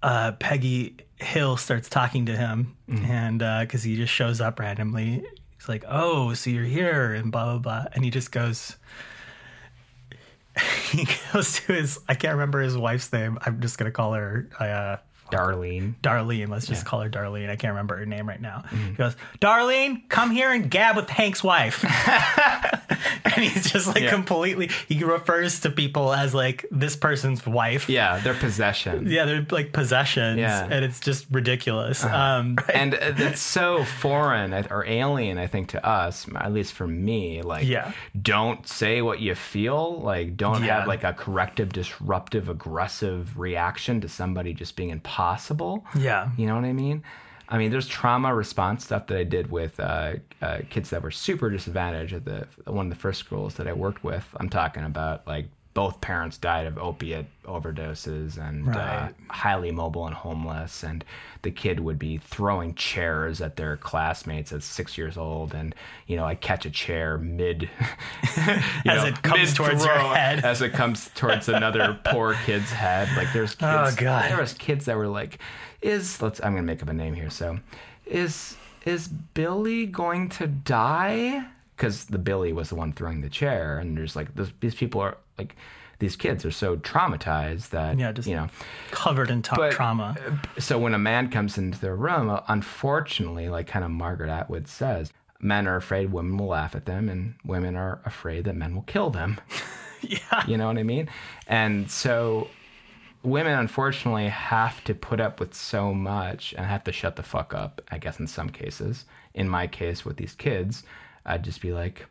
Speaker 4: uh, Peggy Hill starts talking to him, and because he just shows up randomly. He's like, "Oh, so you're here," and blah blah blah, and he just goes he goes to his I can't remember his wife's name. I'm just gonna call her uh,
Speaker 3: Darlene.
Speaker 4: Darlene. Let's just call her Darlene. I can't remember her name right now.
Speaker 3: Mm-hmm.
Speaker 4: He goes, Darlene, come here and gab with Hank's wife. and he's just like completely. He refers to people as like this person's wife.
Speaker 3: Yeah, their possession.
Speaker 4: Yeah, they're like possessions,
Speaker 3: Yeah.
Speaker 4: and it's just ridiculous. Um,
Speaker 3: And uh, that's so foreign uh, or alien, I think, to us, at least for me. Like,
Speaker 4: Yeah.
Speaker 3: don't say what you feel. Like, don't
Speaker 4: Yeah.
Speaker 3: have like a corrective, disruptive, aggressive reaction to somebody just being impossible.
Speaker 4: yeah,
Speaker 3: You know what I mean? I mean, there's trauma response stuff that I did with uh, uh, kids that were super disadvantaged at the one of the first schools that I worked with. I'm talking about like both parents died of opiate overdoses and uh,
Speaker 4: Right.
Speaker 3: highly mobile and homeless, and the kid would be throwing chairs at their classmates at six years old, and you know I catch a chair mid you
Speaker 4: As it comes towards your
Speaker 3: mid-throw,
Speaker 4: head.
Speaker 3: as it comes towards another poor kid's head. Like there's kids,
Speaker 4: Oh, God.
Speaker 3: there was kids that were like, is let's I'm gonna make up a name here. So, is is Billy going to die? Because the Billy was the one throwing the chair, and there's like this, these people are like these kids are so traumatized that
Speaker 4: Yeah, just-
Speaker 3: you know
Speaker 4: covered in top
Speaker 3: But-
Speaker 4: trauma.
Speaker 3: so when a man comes into their room, uh, unfortunately, like kind of Margaret Atwood says, men are afraid women will laugh at them, and women are afraid that men will kill them.
Speaker 4: Yeah,
Speaker 3: You know what I mean? And so women, unfortunately, have to put up with so much and have to shut the fuck up, I guess, in some cases. In my case, with these kids, I'd just be like,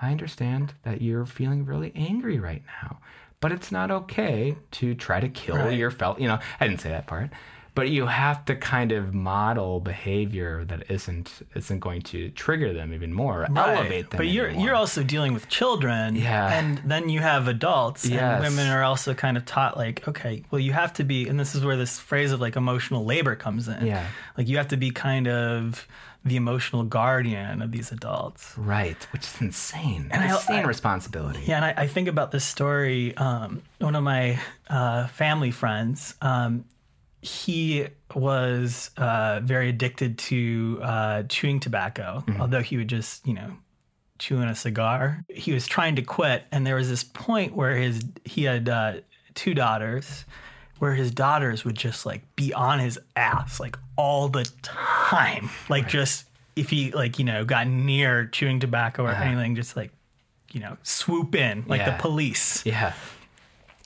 Speaker 3: I understand that you're feeling really angry right now, but it's not okay to try to kill your fellow. You know, I didn't say that part, but you have to kind of model behavior that isn't isn't going to trigger them even more,
Speaker 4: Right.
Speaker 3: elevate them.
Speaker 4: But you're
Speaker 3: anymore.
Speaker 4: you're also dealing with children,
Speaker 3: Yeah.
Speaker 4: and then you have adults,
Speaker 3: Yes.
Speaker 4: and women are also kind of taught like, okay, well, you have to be, and this is where this phrase of like emotional labor comes in.
Speaker 3: Yeah.
Speaker 4: like you have to be kind of the emotional guardian of these adults.
Speaker 3: Right, which is insane.
Speaker 4: I-
Speaker 3: insane
Speaker 4: I-
Speaker 3: responsibility.
Speaker 4: Yeah, and I, I think about this story. Um, one of my uh, family friends, um, he was uh, very addicted to uh, chewing tobacco,
Speaker 3: Mm-hmm.
Speaker 4: although he would just, you know, chewing a cigar. He was trying to quit, and there was this point where his he had uh, two daughters, where his daughters would just like be on his ass like all the time, like just if he like you know got near chewing tobacco or anything, just like you know swoop in like
Speaker 3: Uh-huh. Yeah.
Speaker 4: the police.
Speaker 3: Yeah. Mm.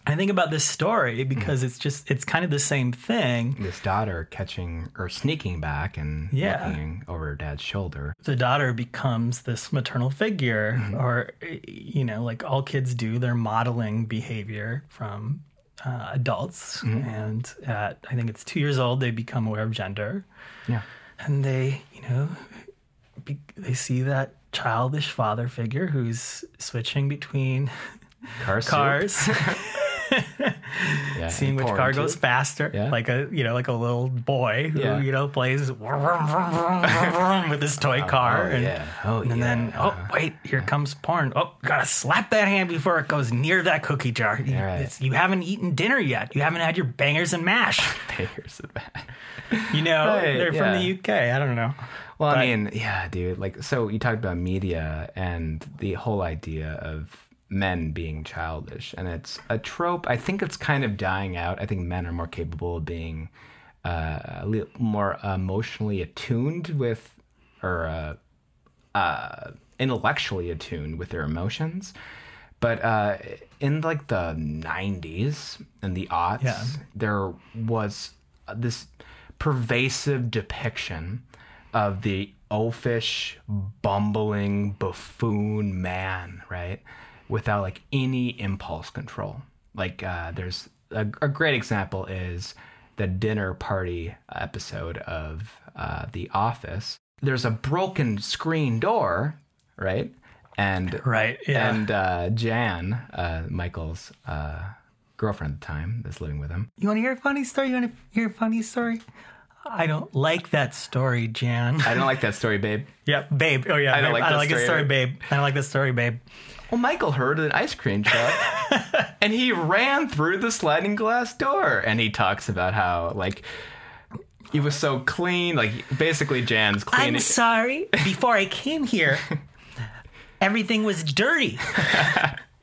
Speaker 4: I think about this story because it's just it's kind of the same thing.
Speaker 3: This daughter catching or sneaking back and
Speaker 4: Yeah.
Speaker 3: looking over her dad's shoulder.
Speaker 4: The daughter becomes this maternal figure,
Speaker 3: Mm-hmm.
Speaker 4: or you know, like all kids do, they're modeling behavior from uh, adults.
Speaker 3: Mm-hmm.
Speaker 4: And at I think it's two years old, they become aware of gender,
Speaker 3: Yeah.
Speaker 4: and they you know be, they see that childish father figure who's switching between
Speaker 3: Car soup.
Speaker 4: cars.
Speaker 3: Yeah,
Speaker 4: seeing which
Speaker 3: porn,
Speaker 4: car
Speaker 3: too.
Speaker 4: goes faster,
Speaker 3: Yeah.
Speaker 4: like a you know like a little boy who
Speaker 3: Yeah.
Speaker 4: you know plays vroom, vroom, vroom, vroom, vroom with his toy car,
Speaker 3: Oh,
Speaker 4: and,
Speaker 3: yeah. Oh,
Speaker 4: and
Speaker 3: yeah.
Speaker 4: then oh wait, here comes porn. Oh, gotta slap that hand before it goes near that cookie jar. You,
Speaker 3: right.
Speaker 4: it's- you haven't eaten dinner yet. You haven't had your bangers and mash.
Speaker 3: Here's the back.
Speaker 4: You know,
Speaker 3: Right,
Speaker 4: they're
Speaker 3: yeah.
Speaker 4: from the UK. I don't know.
Speaker 3: Well,
Speaker 4: But-
Speaker 3: I mean, yeah, dude. Like, so you talked about media and the whole idea of men being childish, and it's a trope. I think it's kind of dying out. I think men are more capable of being uh, a little more emotionally attuned with, or uh, uh, intellectually attuned with their emotions. But uh, in like the 90s and the aughts,
Speaker 4: Yeah.
Speaker 3: there was this pervasive depiction of the oafish, bumbling, buffoon man, right? Without like any impulse control. Like, uh, there's a, a great example is the dinner party episode of uh, The Office. There's a broken screen door, right? And
Speaker 4: Right? Yeah.
Speaker 3: and uh, Jan, uh, Michael's uh, girlfriend at the time, that's living with him.
Speaker 4: you want to hear a funny story? You want to hear a funny story? I don't like that story, Jan.
Speaker 3: I don't like that story, babe.
Speaker 4: Yeah, babe. Oh yeah, I
Speaker 3: don't
Speaker 4: babe.
Speaker 3: like
Speaker 4: I
Speaker 3: that
Speaker 4: don't like this
Speaker 3: story,
Speaker 4: story, babe. I don't like this story, babe.
Speaker 3: Well, Michael heard an ice cream truck, and he ran through the sliding glass door. And he talks about how like he was so clean, like basically Jan's cleaning.
Speaker 4: I'm sorry. Before I came here, everything was dirty.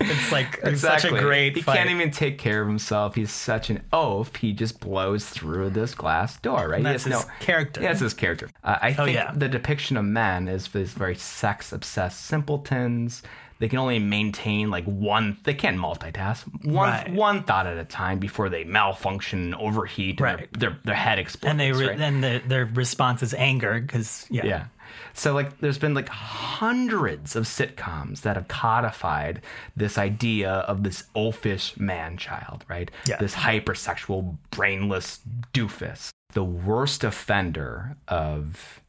Speaker 4: it's like it's such a great.
Speaker 3: He
Speaker 4: fight.
Speaker 3: can't even take care of himself. He's such an oaf. He just blows through this glass door, right? He
Speaker 4: That's
Speaker 3: has
Speaker 4: his character. Oh,
Speaker 3: Yeah, that's his character. Uh, I think
Speaker 4: yeah.
Speaker 3: the depiction of men is these very sex obsessed simpletons. They can only maintain like one. They can't multitask one
Speaker 4: Right.
Speaker 3: one thought at a time before they malfunction, overheat, and
Speaker 4: Right.
Speaker 3: their, their their head explodes.
Speaker 4: and they re-
Speaker 3: right?
Speaker 4: then the, their response is anger because yeah.
Speaker 3: Yeah. So like there's been like hundreds of sitcoms that have codified this idea of this oafish man child, right?
Speaker 4: Yeah.
Speaker 3: This hypersexual, brainless doofus. The worst offender of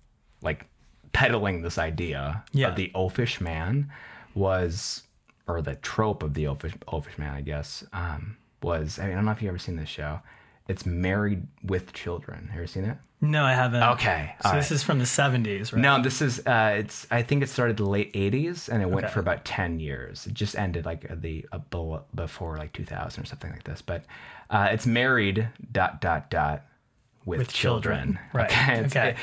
Speaker 3: like peddling this idea
Speaker 4: Yeah.
Speaker 3: of the oafish man was or the trope of the oafish oafish man, I guess, um, was I mean, I don't know if you've ever seen this show. It's married with children. Have you ever seen it?
Speaker 4: No, I haven't.
Speaker 3: Okay.
Speaker 4: So
Speaker 3: all right.
Speaker 4: this is from the 70s, right?
Speaker 3: No, this is uh, it's. I think it started the late '80s, and it went for about ten years. It just ended like at the uh, bel- before like 2000 or something like this. But uh, it's married dot dot dot with,
Speaker 4: With children. Right.
Speaker 3: it's-
Speaker 4: Okay.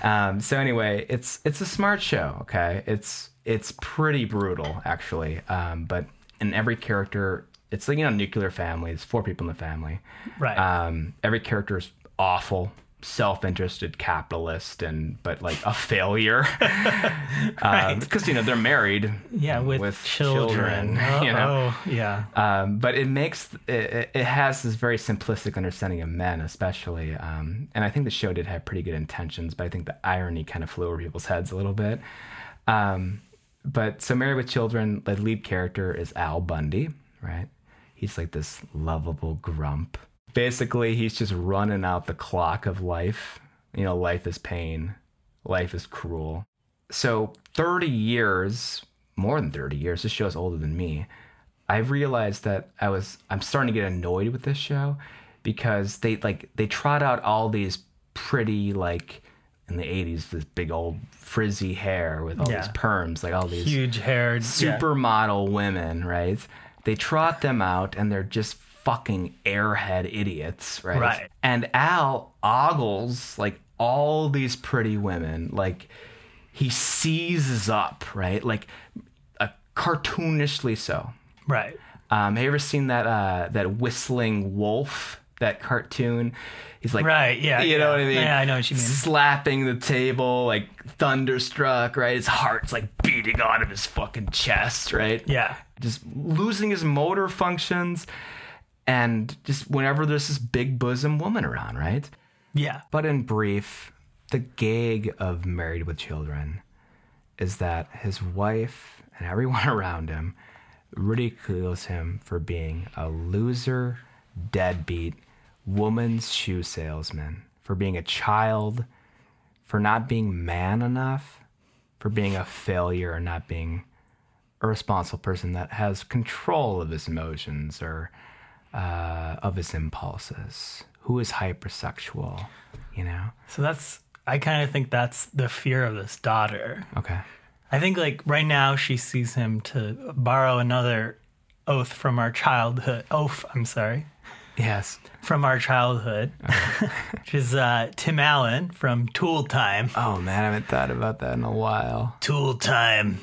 Speaker 3: it- um, so anyway, it's it's a smart show. Okay. It's it's pretty brutal actually. Um, but in every character, it's like you know nuclear family. It's four people in the family.
Speaker 4: Right.
Speaker 3: Um, every character is awful, self-interested capitalist, and but like a failure. Because you know they're married.
Speaker 4: yeah, with, children.
Speaker 3: you know.
Speaker 4: Oh, yeah.
Speaker 3: Um, but it makes it- it, it has this very simplistic understanding of men, especially. Um, and I think the show did have pretty good intentions, but I think the irony kind of flew over people's heads a little bit. Um, but so Married with Children, the lead character is Al Bundy, right? He's like this lovable grump. Basically, he's just running out the clock of life. You know, life is pain, life is cruel. So 30 years, more than 30 years, this show's older than me. I realized that I was I'm starting to get annoyed with this show because they like they trot out all these pretty like in the 80s this big old frizzy hair with all these
Speaker 4: Yeah.
Speaker 3: perms like all these
Speaker 4: Huge haired.
Speaker 3: supermodel women, right? They trot them out and they're just fucking airhead idiots, right?
Speaker 4: Right.
Speaker 3: And Al ogles like all these pretty women, like he seizes up, right? Like uh, cartoonishly so.
Speaker 4: Right.
Speaker 3: Um, have you ever seen that uh, that whistling wolf? That cartoon, he's like,
Speaker 4: Right, yeah,
Speaker 3: you know
Speaker 4: yeah.
Speaker 3: what I mean?
Speaker 4: Yeah, I know what you mean.
Speaker 3: Slapping the table like thunderstruck, right? His heart's like beating out of his fucking chest, right?
Speaker 4: Yeah.
Speaker 3: just losing his motor functions. and just whenever there's this big bosom woman around, right?
Speaker 4: Yeah.
Speaker 3: But in brief, the gag of Married with Children is that his wife and everyone around him ridicules him for being a loser, deadbeat, woman's shoe salesman, for being a child, for not being man enough, for being a failure or not being a responsible person that has control of his emotions or uh, of his impulses, who is hypersexual, you know?
Speaker 4: So that's I kind of think that's the fear of this daughter.
Speaker 3: Okay.
Speaker 4: I think like right now she sees him to borrow another oath from our childhood. Oath, I'm sorry,
Speaker 3: Yes.
Speaker 4: from our childhood,
Speaker 3: Uh-huh.
Speaker 4: which is uh, Tim Allen from Tool Time.
Speaker 3: Oh man, I haven't thought about that in a while.
Speaker 4: Tool Time.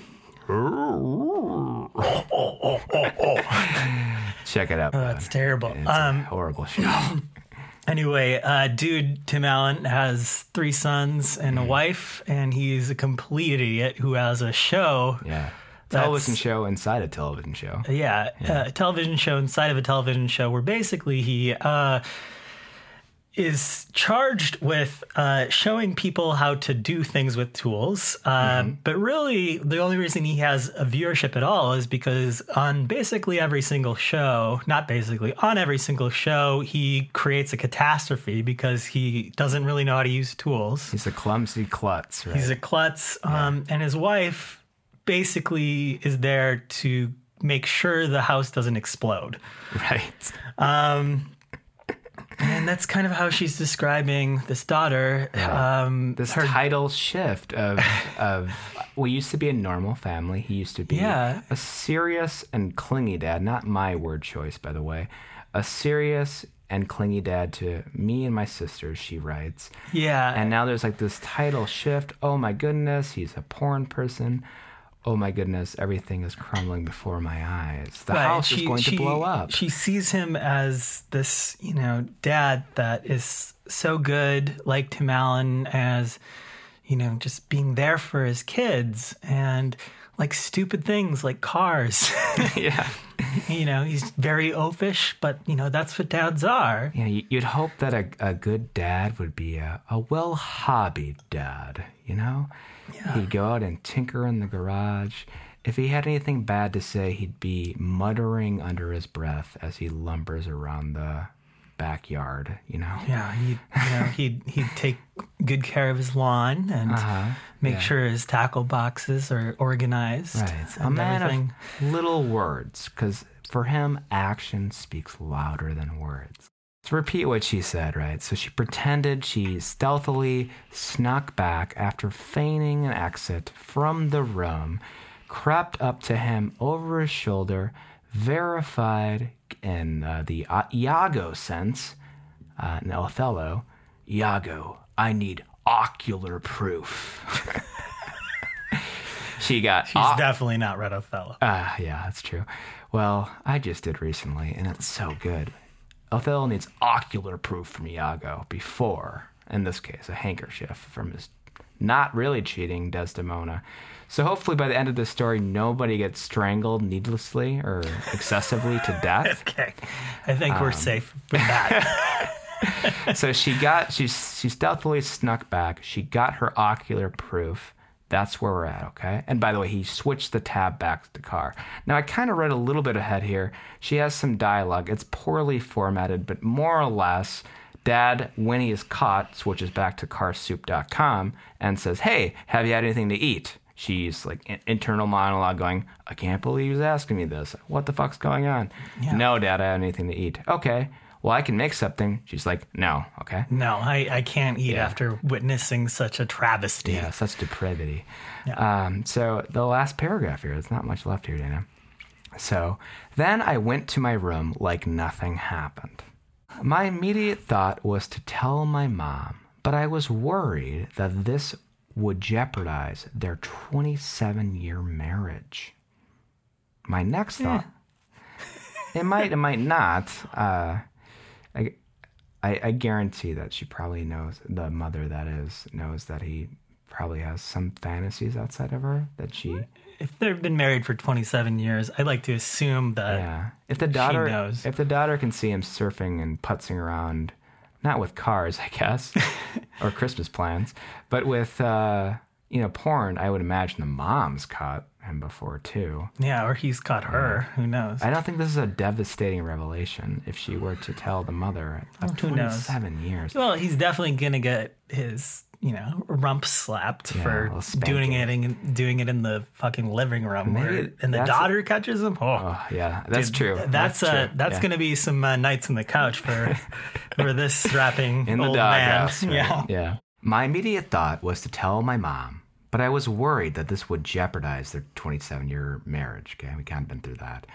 Speaker 3: Check it out.
Speaker 4: Oh, That's terrible.
Speaker 3: it's
Speaker 4: Um,
Speaker 3: a horrible show.
Speaker 4: Anyway, uh, dude, Tim Allen has three sons and
Speaker 3: Mm.
Speaker 4: a wife, and he's a complete idiot who has a show.
Speaker 3: yeah.
Speaker 4: that's-
Speaker 3: Television show inside a television show.
Speaker 4: Yeah, Uh, a television show inside of a television show where basically he uh, is charged with uh, showing people how to do things with tools. Uh, But really, the only reason he has a viewership at all is because on basically every single show, not basically, on every single show, he creates a catastrophe because he doesn't really know how to use tools.
Speaker 3: He's a clumsy klutz, right?
Speaker 4: He's a klutz. Um, and his wife basically is there to make sure the house doesn't explode.
Speaker 3: right.
Speaker 4: And that's kind of how she's describing this daughter. Um,
Speaker 3: This title shift of of we used to be a normal family. He used to be
Speaker 4: Yeah.
Speaker 3: a serious and clingy dad. Not my word choice, by the way. A serious and clingy dad to me and my sisters. She writes.
Speaker 4: yeah.
Speaker 3: And now there's like this title shift. Oh my goodness, he's a porn person. Oh my goodness, everything is crumbling before my eyes. The
Speaker 4: Right,
Speaker 3: house is
Speaker 4: she-
Speaker 3: going
Speaker 4: she-
Speaker 3: to blow up.
Speaker 4: She sees him as this, you know, dad that is so good, like Tim Allen, as, you know, just being there for his kids and like stupid things like cars.
Speaker 3: yeah.
Speaker 4: you know, he's very oafish, but, you know, that's what dads are.
Speaker 3: Yeah, you- you'd hope that a, a good dad would be a, a well hobbied dad, you know? He'd go out and tinker in the garage. If he had anything bad to say, he'd be muttering under his breath as he lumbers around the backyard, you know?
Speaker 4: Yeah, he'd, you know, he'd he'd take good care of his lawn and make sure his tackle boxes are organized.
Speaker 3: Right. A
Speaker 4: and
Speaker 3: man
Speaker 4: everything.
Speaker 3: of little words, because for him, action speaks louder than words. To repeat what she said, right? So she pretended she stealthily snuck back after feigning an exit from the room, crept up to him over his shoulder, verified in uh, the uh, Iago sense, uh, in Othello, Iago, I need ocular proof. she got
Speaker 4: He's definitely not Red Othello.
Speaker 3: Ah, yeah, that's true. Well, I just did recently, and it's so good. Othello needs ocular proof from Iago before, in this case, a handkerchief from his not really cheating Desdemona. So hopefully, by the end of this story, nobody gets strangled needlessly or excessively to death.
Speaker 4: Okay, I think we're safe with that.
Speaker 3: so she got she she stealthily snuck back. She got her ocular proof. That's where we're at, okay? And by the way, he switched the tab back to the car. Now I kind of read a little bit ahead here. She has some dialogue. It's poorly formatted, but more or less, Dad, when he is caught, switches back to carsoup.com and says, "Hey, have you had anything to eat?" She's like in- internal monologue going, "I can't believe he's asking me this. What the fuck's going on?" No, Dad, I have anything to eat. Okay, well, I can make something. She's like, no, okay.
Speaker 4: no, I, I can't eat after witnessing such a travesty.
Speaker 3: Yeah, such depravity. Um, so the last paragraph here, there's not much left here, Dana. So then I went to my room like nothing happened. My immediate thought was to tell my mom, but I was worried that this would jeopardize their 27 year marriage. My next thought, it might, it might not. Uh, I, I, I guarantee that she probably knows the mother that is knows that he probably has some fantasies outside of her that she
Speaker 4: If they've been married for 27 years, I'd like to assume that
Speaker 3: yeah if the daughter
Speaker 4: knows.
Speaker 3: if the daughter can see him surfing and putzing around not with cars i guess or christmas plans but with uh you know porn i would imagine the mom's caught him before too
Speaker 4: yeah, or he's caught her. Who knows?
Speaker 3: i don't think this is a devastating revelation if she were to tell the mother of
Speaker 4: who knows?
Speaker 3: 27 years
Speaker 4: Well, he's definitely gonna get his, you know, rump slapped
Speaker 3: a
Speaker 4: for
Speaker 3: little spanking.
Speaker 4: doing it in doing it in the fucking living room,
Speaker 3: Maybe
Speaker 4: where, and the
Speaker 3: that's-
Speaker 4: daughter catches him. Oh,
Speaker 3: oh yeah that's true
Speaker 4: That's uh,
Speaker 3: true.
Speaker 4: that's
Speaker 3: Yeah.
Speaker 4: gonna be some uh, nights on the couch for for this strapping
Speaker 3: in
Speaker 4: Mm-hmm.
Speaker 3: the
Speaker 4: old man.
Speaker 3: doghouse. right?
Speaker 4: Yeah.
Speaker 3: yeah. My immediate thought was to tell my mom, but I was worried that this would jeopardize their 27 year marriage. Okay, we kind of been through that.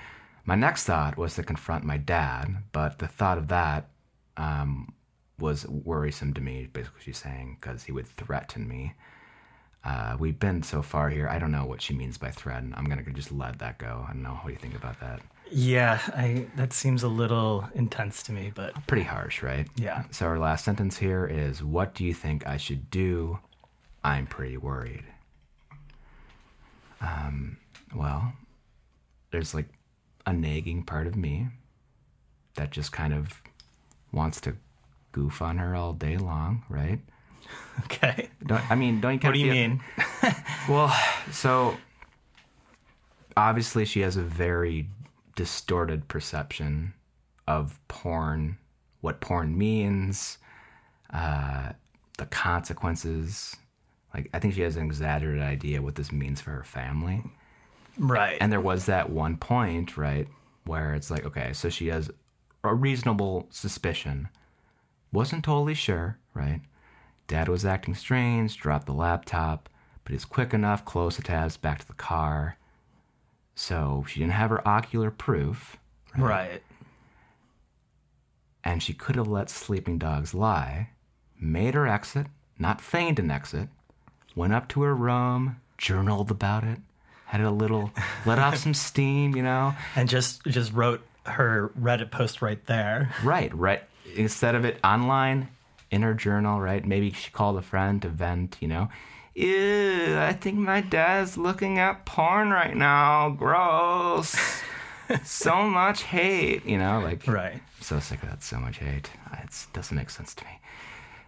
Speaker 3: My next thought was to confront my dad, but the thought of that um, was worrisome to me. Basically, she's saying because he would threaten me. Uh, we've been so far here. I don't know what she means by threaten. I'm gonna just let that go. I don't know. What do you think about that?
Speaker 4: Yeah, I that seems a little intense to me, but
Speaker 3: Pretty harsh, right?
Speaker 4: yeah.
Speaker 3: So our last sentence here is what do you think I should do? I'm pretty worried. Um, well, there's like a nagging part of me that just kind of wants to goof on her all day long, right?
Speaker 4: Okay.
Speaker 3: Don't, I mean, don't you
Speaker 4: What
Speaker 3: kinda
Speaker 4: do you
Speaker 3: feel-
Speaker 4: mean?
Speaker 3: well, so obviously she has a very distorted perception of porn, what porn means, uh, the consequences. Like I think she has an exaggerated idea what this means for her family.
Speaker 4: Right.
Speaker 3: And there was that one point, right, where it's like, okay, so she has a reasonable suspicion. Wasn't totally sure, right? Dad was acting strange, dropped the laptop, but he's quick enough, closed the tabs, back to the car. So she didn't have her ocular proof,
Speaker 4: right.
Speaker 3: and she could have let sleeping dogs lie, made her exit, not feigned an exit, went up to her room, journaled about it, had a little, let off some steam, you know?
Speaker 4: And just just wrote her Reddit post right there.
Speaker 3: Right, right. Instead of it online, in her journal, right? Maybe she called a friend to vent, you know? Ew, I think my dad's looking at porn right now. Gross. so much hate, you know? Like,
Speaker 4: Right.
Speaker 3: I'm so sick of that so much hate. It doesn't make sense to me.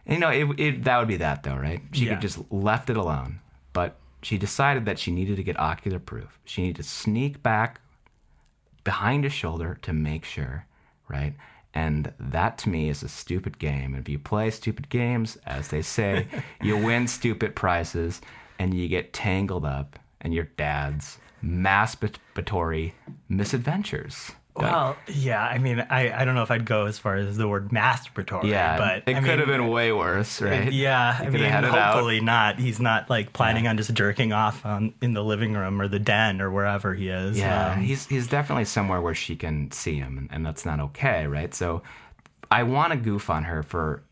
Speaker 3: And, you know, it, it, that would be that, though, right? She
Speaker 4: Yeah.
Speaker 3: could just left it alone. But she decided that she needed to get ocular proof. She needed to sneak back behind his shoulder to make sure, right? And that to me is a stupid game. If you play stupid games, as they say, you win stupid prizes and you get tangled up in your dad's masturbatory misadventures.
Speaker 4: Well, yeah, I mean, I, I don't know if I'd go as far as the word masturbatory.
Speaker 3: yeah,
Speaker 4: but
Speaker 3: it
Speaker 4: I
Speaker 3: could
Speaker 4: mean,
Speaker 3: have been way worse, right?
Speaker 4: Yeah, I
Speaker 3: could've
Speaker 4: mean,
Speaker 3: had it out.
Speaker 4: hopefully not. He's not like planning on just jerking off on in the living room or the den or wherever he is.
Speaker 3: Yeah,
Speaker 4: Um,
Speaker 3: he's he's definitely somewhere where she can see him, and, and that's not okay, right? So, I want to goof on her for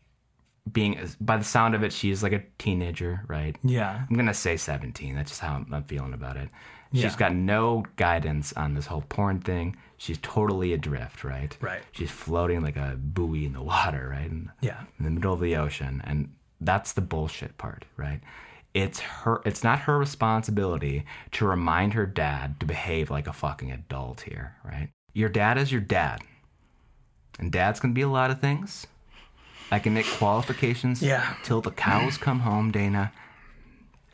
Speaker 3: being. By the sound of it, she's like a teenager, right?
Speaker 4: yeah,
Speaker 3: I'm gonna say 17. That's just how I'm, I'm feeling about it.
Speaker 4: Yeah.
Speaker 3: She's got no guidance on this whole porn thing. She's totally adrift, right?
Speaker 4: Right.
Speaker 3: She's floating like a buoy in the water, right? In,
Speaker 4: Yeah.
Speaker 3: In the middle of the ocean, and that's the bullshit part, right? It's her. It's not her responsibility to remind her dad to behave like a fucking adult here, right? Your dad is your dad, and dad's gonna be a lot of things. I can make qualifications
Speaker 4: Yeah.
Speaker 3: till the cows come home, Dana.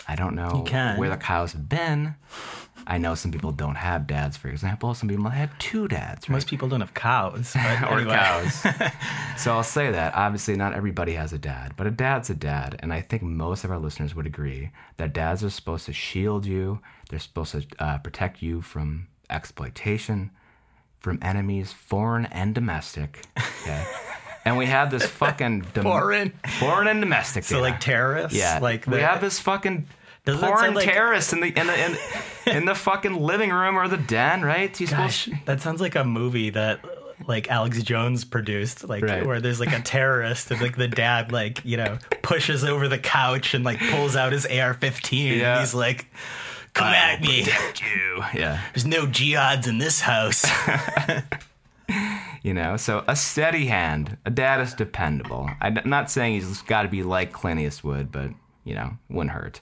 Speaker 3: I don't know
Speaker 4: can.
Speaker 3: where the cows have been. I know some people don't have dads, for example. Some people have two dads, right?
Speaker 4: most people don't have cows. But
Speaker 3: or
Speaker 4: anyway.
Speaker 3: cows. so I'll say that. Obviously, not everybody has a dad, but a dad's a dad. And I think most of our listeners would agree that dads are supposed to shield you, they're supposed to uh, protect you from exploitation, from enemies, foreign and domestic. Okay. and we have this fucking dom-
Speaker 4: Foreign.
Speaker 3: foreign and domestic.
Speaker 4: So like terrorists.
Speaker 3: Yeah,
Speaker 4: like
Speaker 3: we
Speaker 4: the-
Speaker 3: have this fucking
Speaker 4: Doesn't that
Speaker 3: porn
Speaker 4: sound like-
Speaker 3: terrorist in the in the in, in the fucking living room or the den, right? He's
Speaker 4: Gosh,
Speaker 3: supposed-
Speaker 4: that sounds like a movie that like Alex Jones produced, like
Speaker 3: Right.
Speaker 4: where there's like a terrorist and like the dad like you know pushes over the couch and like pulls out his AR-15
Speaker 3: Yeah.
Speaker 4: and he's like, "Come at me."
Speaker 3: you. Yeah,
Speaker 4: There's no jihads in this house.
Speaker 3: you know. So a steady hand, a dad is dependable. I- I'm not saying he's got to be like Clint Eastwood, but you know, wouldn't hurt.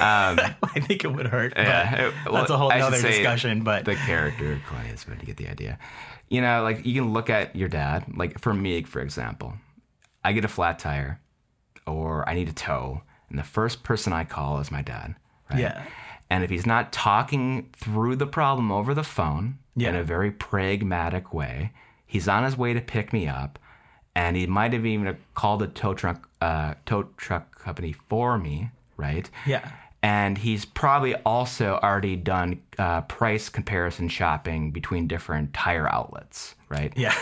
Speaker 4: I think it would hurt. but
Speaker 3: Yeah, well,
Speaker 4: that's a whole
Speaker 3: I should
Speaker 4: other
Speaker 3: say
Speaker 4: discussion. But
Speaker 3: the character Clay is going to get the idea. You know, like you can look at your dad. Like for me, for example, I get a flat tire, or I need a tow, and the first person I call is my dad. Right?
Speaker 4: yeah,
Speaker 3: And if he's not talking through the problem over the phone in
Speaker 4: Yeah.
Speaker 3: a very pragmatic way, he's on his way to pick me up, and he might have even called the tow truck uh, tow truck company for me, right?
Speaker 4: yeah,
Speaker 3: And he's probably also already done uh, price comparison shopping between different tire outlets, right?
Speaker 4: yeah,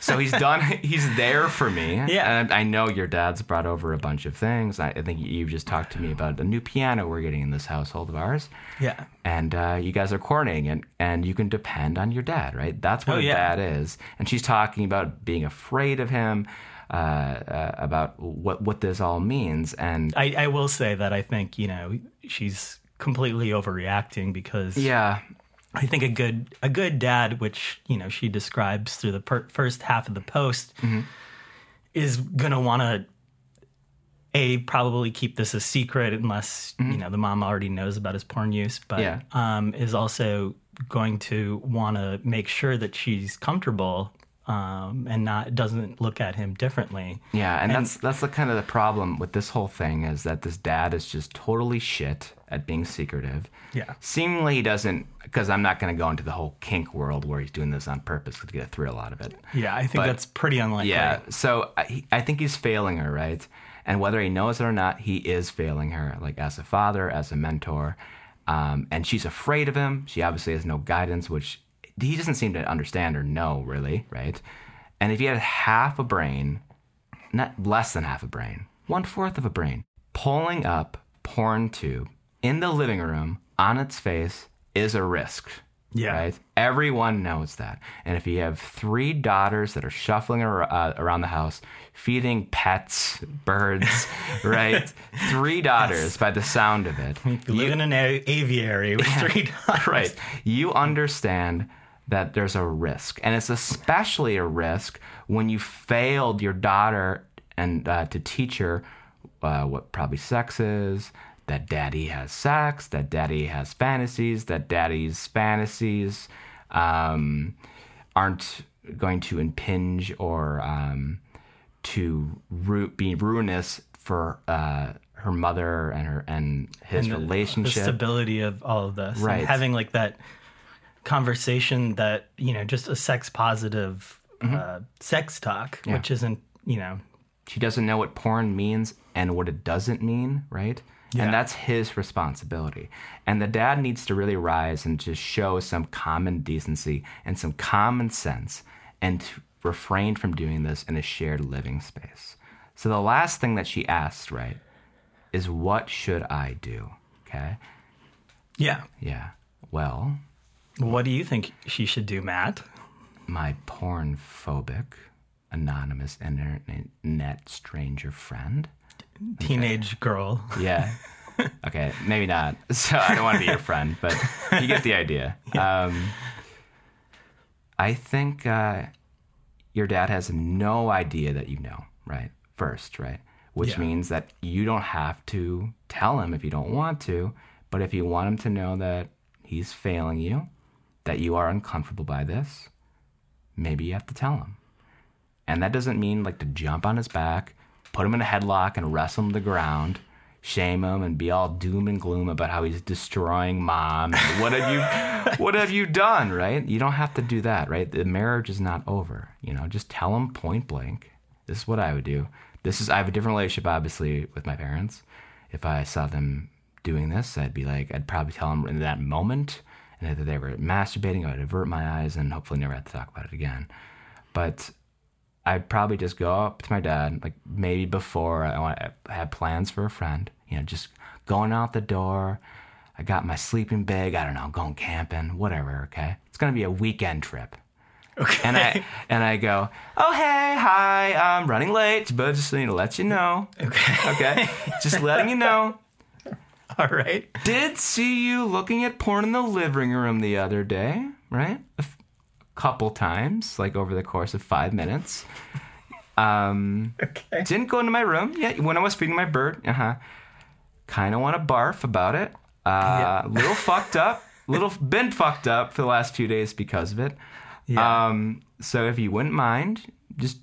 Speaker 3: So he's done. He's there for me.
Speaker 4: Yeah.
Speaker 3: And I know your dad's brought over a bunch of things. I, I think you've just talked to me about a new piano we're getting in this household of ours,
Speaker 4: yeah.
Speaker 3: and uh, you guys are courting, and and you can depend on your dad, right? That's what
Speaker 4: Oh,
Speaker 3: a
Speaker 4: yeah.
Speaker 3: dad is. And she's talking about being afraid of him, uh, uh, about what what this all means, and
Speaker 4: I, I will say that I think you know she's completely overreacting because
Speaker 3: yeah,
Speaker 4: I think a good a good dad, which you know she describes through the per- first half of the post, is gonna want to a probably keep this a secret unless you know the mom already knows about his porn use, but
Speaker 3: Yeah.
Speaker 4: um, is also going to want to make sure that she's comfortable um, and not doesn't look at him differently.
Speaker 3: Yeah, and, that's that's the kind of the problem with this whole thing is that this dad is just totally shit at being secretive.
Speaker 4: Yeah.
Speaker 3: Seemingly he doesn't because I'm not going to go into the whole kink world where he's doing this on purpose to get a thrill out of it.
Speaker 4: Yeah, I think
Speaker 3: But-
Speaker 4: that's pretty unlikely.
Speaker 3: Yeah. So I, he- I think he's failing her, right? And whether he knows it or not, he is failing her, like as a father, as a mentor. Um, and she's afraid of him. She obviously has no guidance, which he doesn't seem to understand or know, really, right? And if he had half a brain, not less than half a brain, one fourth of a brain, pulling up porn tube in the living room on its face is a risk.
Speaker 4: Yeah.
Speaker 3: Right? Everyone knows that. And if you have three daughters that are shuffling ar- uh, around the house, feeding pets, birds, right? Three daughters by the sound of it.
Speaker 4: You live in an a- aviary with three dogs.
Speaker 3: Right. You understand that there's a risk, and it's especially a risk when you failed your daughter and uh, to teach her uh, what probably sex is. That daddy has sex. That daddy has fantasies. That daddy's fantasies um, aren't going to impinge or um, to ru- be ruinous for uh, her mother and her and his
Speaker 4: the
Speaker 3: relationship.
Speaker 4: stability of all of this, And
Speaker 3: Right.
Speaker 4: having like that conversation that you know, just a sex positive
Speaker 3: Mm-hmm.
Speaker 4: uh, sex talk, which isn't you know,
Speaker 3: she doesn't know what porn means and what it doesn't mean, right?
Speaker 4: Yeah.
Speaker 3: And that's his responsibility. And the dad needs to really rise and just show some common decency and some common sense and to refrain from doing this in a shared living space. So the last thing that she asked, right, is what should I do? Okay.
Speaker 4: yeah.
Speaker 3: Yeah. Well,
Speaker 4: What do you think she should do, Matt?
Speaker 3: my porn phobic, anonymous internet stranger friend
Speaker 4: Teenage girl.
Speaker 3: Yeah. Okay, maybe not. So I don't want to be your friend, but you get the idea. Um, I think uh, your dad has no idea that you know, right? First, right? Which
Speaker 4: Yeah.
Speaker 3: means that you don't have to tell him if you don't want to. But if you want him to know that he's failing you, that you are uncomfortable by this, maybe you have to tell him. And that doesn't mean like to jump on his back, put him in a headlock and wrestle him to the ground, shame him and be all doom and gloom about how he's destroying mom. and what have you what have you done, right? You don't have to do that, right? The marriage is not over. You know, just tell him point blank. This is what I would do. This is I have a different relationship obviously with my parents. If I saw them doing this, I'd be like I'd probably tell them in that moment and either they were masturbating, I would avert my eyes and hopefully never have to talk about it again. But I'd probably just go up to my dad, like maybe before I want I had plans for a friend. You know, just going out the door. I got my sleeping bag. I don't know, going camping, whatever. Okay, it's gonna be a weekend trip. Okay. And I and I go, oh hey, hi, I'm running late, but just need to let you know. Okay. Okay. just letting you know.
Speaker 4: All right.
Speaker 3: Did see you looking at porn in the living room the other day, right? A f- couple times, like over the course of five minutes. Um,
Speaker 4: Okay.
Speaker 3: didn't go into my room. Yeah, when I was feeding my bird. Uh huh. Kind of want to barf about it. Uh, little fucked up. Little been fucked up for the last few days because of it.
Speaker 4: Yeah.
Speaker 3: Um, so if you wouldn't mind, just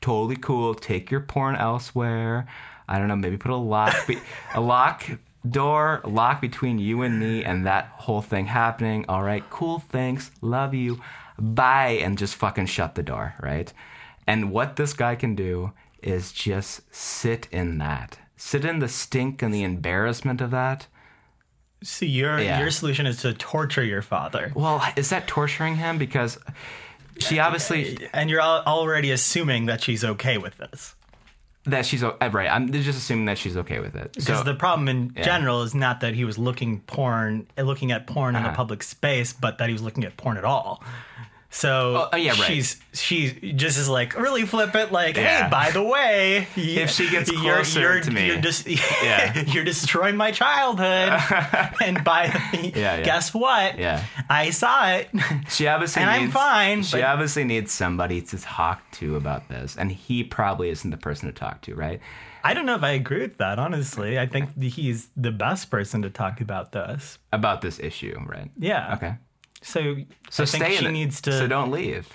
Speaker 3: totally cool. Take your porn elsewhere. I don't know. Maybe put a lock, be- a lock door, a lock between you and me, and that whole thing happening. All right, cool. Thanks. Love you. Bye. And just fucking shut the door. Right. And what this guy can do is just sit in that, sit in the stink and the embarrassment of that.
Speaker 4: So your
Speaker 3: Yeah.
Speaker 4: your solution is to torture your father,
Speaker 3: Well, is that torturing him? Because she obviously
Speaker 4: and you're al- already assuming that she's okay with this.
Speaker 3: that she's o- right. I'm just assuming that she's okay with it.
Speaker 4: Because
Speaker 3: So
Speaker 4: the problem in general is not that he was looking porn, eh, looking at porn
Speaker 3: Uh-huh.
Speaker 4: in a public space, but that he was looking at porn at all. So
Speaker 3: oh, yeah, right.
Speaker 4: she's she's just is like really flippant, like,
Speaker 3: Yeah.
Speaker 4: hey, by the way,
Speaker 3: If she gets closer to me.
Speaker 4: you're, just,
Speaker 3: Yeah.
Speaker 4: you're destroying my childhood, and by
Speaker 3: Yeah, yeah.
Speaker 4: guess what,
Speaker 3: Yeah.
Speaker 4: I saw it.
Speaker 3: she obviously
Speaker 4: and I'm
Speaker 3: needs,
Speaker 4: fine,
Speaker 3: She
Speaker 4: but-
Speaker 3: obviously needs somebody to talk to about this, and he probably isn't the person to talk to, right?
Speaker 4: I don't know if I agree with that. Honestly, I think he's the best person to talk about this.
Speaker 3: About this issue, right?
Speaker 4: Yeah.
Speaker 3: Okay.
Speaker 4: So,
Speaker 3: So
Speaker 4: I
Speaker 3: stay
Speaker 4: think
Speaker 3: in
Speaker 4: she
Speaker 3: it.
Speaker 4: needs to.
Speaker 3: So don't leave.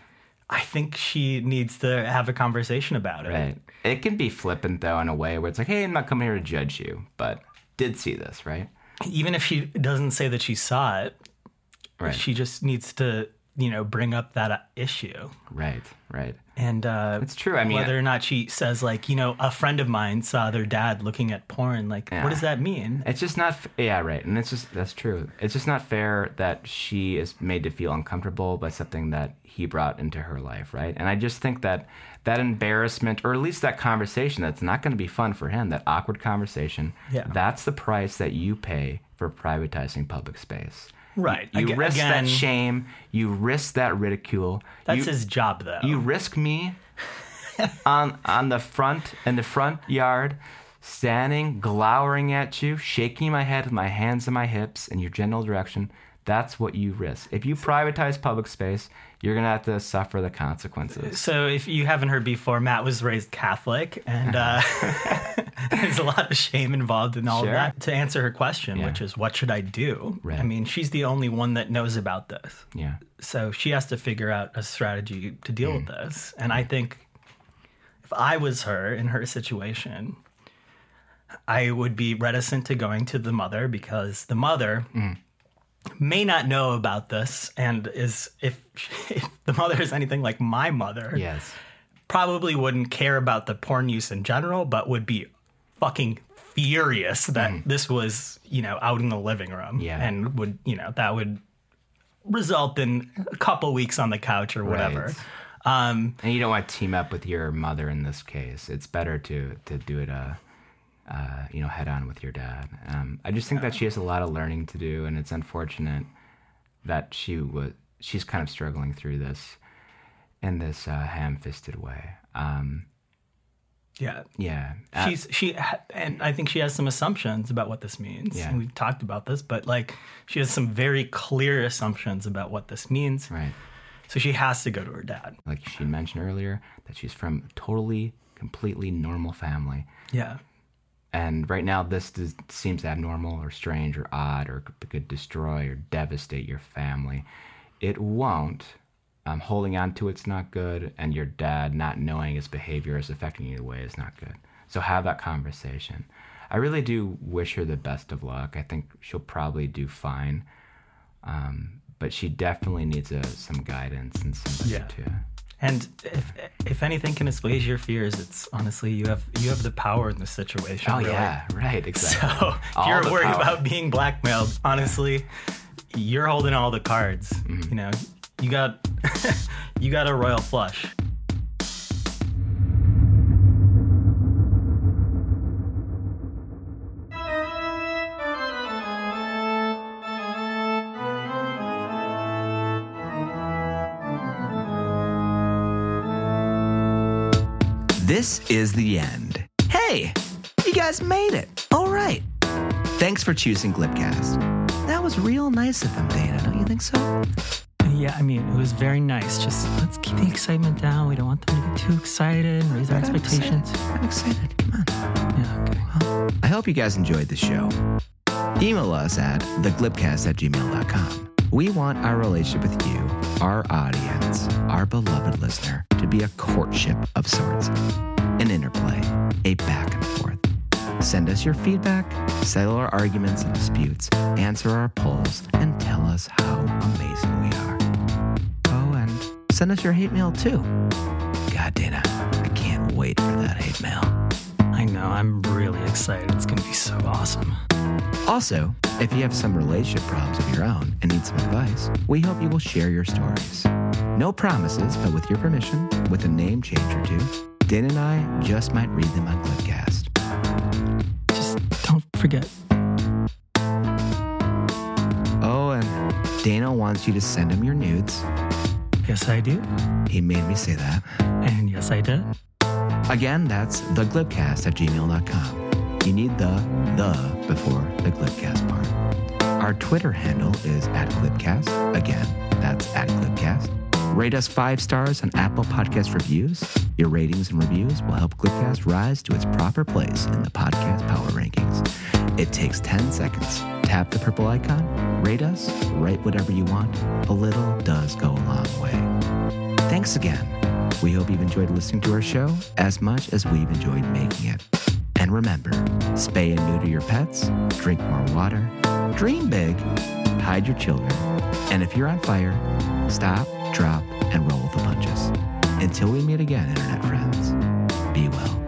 Speaker 4: I think she needs to have a conversation about it.
Speaker 3: Right. It can be flippant though in a way where it's like, hey, I'm not coming here to judge you, but did see this, right?
Speaker 4: Even if she doesn't say that she saw it,
Speaker 3: Right.
Speaker 4: she just needs to, you know, bring up that uh, issue.
Speaker 3: Right. Right.
Speaker 4: And uh,
Speaker 3: It's true. I mean,
Speaker 4: whether or not she says, like, you know, a friend of mine saw their dad looking at porn, like,
Speaker 3: Yeah.
Speaker 4: what does that mean?
Speaker 3: It's just not, f- yeah, right. And it's just, that's true. It's just not fair that she is made to feel uncomfortable by something that he brought into her life, right? And I just think that that embarrassment, or at least that conversation that's not going to be fun for him, that awkward conversation,
Speaker 4: Yeah.
Speaker 3: that's the price that you pay for privatizing public space.
Speaker 4: Right.
Speaker 3: You
Speaker 4: Aga-
Speaker 3: risk
Speaker 4: again,
Speaker 3: that shame, you risk that ridicule.
Speaker 4: That's
Speaker 3: you,
Speaker 4: his job, though.
Speaker 3: you risk me on on the front in the front yard standing glowering at you shaking my head with my hands on my hips in your general direction that's what you risk if you privatize public space you're gonna have to suffer the consequences
Speaker 4: so if you haven't heard before, Matt was raised Catholic, and uh, there's a lot of shame involved in all
Speaker 3: Sure.
Speaker 4: of that. To answer her question, which is, what should I do?
Speaker 3: Right.
Speaker 4: I mean, she's the only one that knows about this,
Speaker 3: yeah
Speaker 4: so she has to figure out a strategy to deal
Speaker 3: Mm.
Speaker 4: with this. And I think if I was her in her situation, I would be reticent to going to the mother because the mother
Speaker 3: Mm.
Speaker 4: may not know about this and is if, if the mother is anything like my mother
Speaker 3: yes
Speaker 4: probably wouldn't care about the porn use in general, but would be fucking furious that this was, you know, out in the living room.
Speaker 3: Mm. Yeah.
Speaker 4: And would, you know, that would result in a couple weeks on the couch or whatever. Um,
Speaker 3: and you don't want to team up with your mother in this case it's better to to do it uh uh, you know, head on with your dad. Um, I just think that she has a lot of learning to do, and it's unfortunate that she was she's kind of struggling through this in this uh, ham-fisted way. Um,
Speaker 4: yeah.
Speaker 3: yeah, Uh,
Speaker 4: She's she ha- and I think she has some assumptions about what this means.
Speaker 3: Yeah.
Speaker 4: And we've talked about this, but like she has some very clear assumptions about what this means.
Speaker 3: right.
Speaker 4: So she has to go to her dad.
Speaker 3: Like she mentioned earlier, that she's from a totally, completely normal family,
Speaker 4: Yeah.
Speaker 3: and right now this does, seems abnormal or strange or odd or could, could destroy or devastate your family it won't um, holding on to it's not good and your dad not knowing his behavior is affecting you in a way is not good so have that conversation i really do wish her the best of luck i think she'll probably do fine um, but she definitely needs a, some guidance and somebody
Speaker 4: Yeah. Oh,
Speaker 3: to
Speaker 4: And if if anything can assuage your fears, it's honestly you have you have the power in this situation.
Speaker 3: oh
Speaker 4: really.
Speaker 3: yeah right exactly
Speaker 4: So if
Speaker 3: All
Speaker 4: you're
Speaker 3: the
Speaker 4: worried
Speaker 3: power.
Speaker 4: about being blackmailed, honestly, you're holding all the cards.
Speaker 3: Mm-hmm.
Speaker 4: You know, you got you got a royal flush.
Speaker 1: This is the end. Hey, you guys made it. All right. Thanks for choosing Glipcast. That was real nice of them, Dana, don't you think so?
Speaker 4: Yeah, I mean, it was very nice. Just let's keep the excitement down. We don't want them to get too excited and raise our
Speaker 1: I'm excited. I'm excited. Come on.
Speaker 4: Yeah, okay.
Speaker 1: Well,
Speaker 3: I hope you guys enjoyed the show. Email us at theglipcast at gmail.com. We want our relationship with you, our audience, our beloved listener, to be a courtship of sorts, an interplay, a back and forth. Send us your feedback, settle our arguments and disputes, answer our polls, and tell us how amazing we are. Oh, and send us your hate mail too. God, Dana, I can't wait for that hate mail.
Speaker 4: I know. I'm really excited. It's going to be so awesome.
Speaker 3: Also, if you have some relationship problems of your own and need some advice, we hope you will share your stories. No promises, but with your permission, with a name change or two, Dan and I just might read them on Clipcast.
Speaker 4: Just don't forget.
Speaker 3: Oh, and Dana wants you to send him your nudes.
Speaker 4: Yes, I do.
Speaker 3: He made me say that.
Speaker 4: And yes, I did.
Speaker 3: Again, that's theglibcast at gmail.com. You need the the before the glibcast part. Our Twitter handle is at glibcast. Again, that's at glibcast. Rate us five stars on Apple Podcast reviews. Your ratings and reviews will help Glibcast rise to its proper place in the podcast power rankings. It takes 10 seconds. Tap the purple icon, rate us, write whatever you want. A little does go a long way. Thanks again. We hope you've enjoyed listening to our show as much as we've enjoyed making it. And remember, spay and neuter your pets, drink more water, dream big, hide your children, and if you're on fire, stop, drop, and roll with the punches. Until we meet again, internet friends, be well.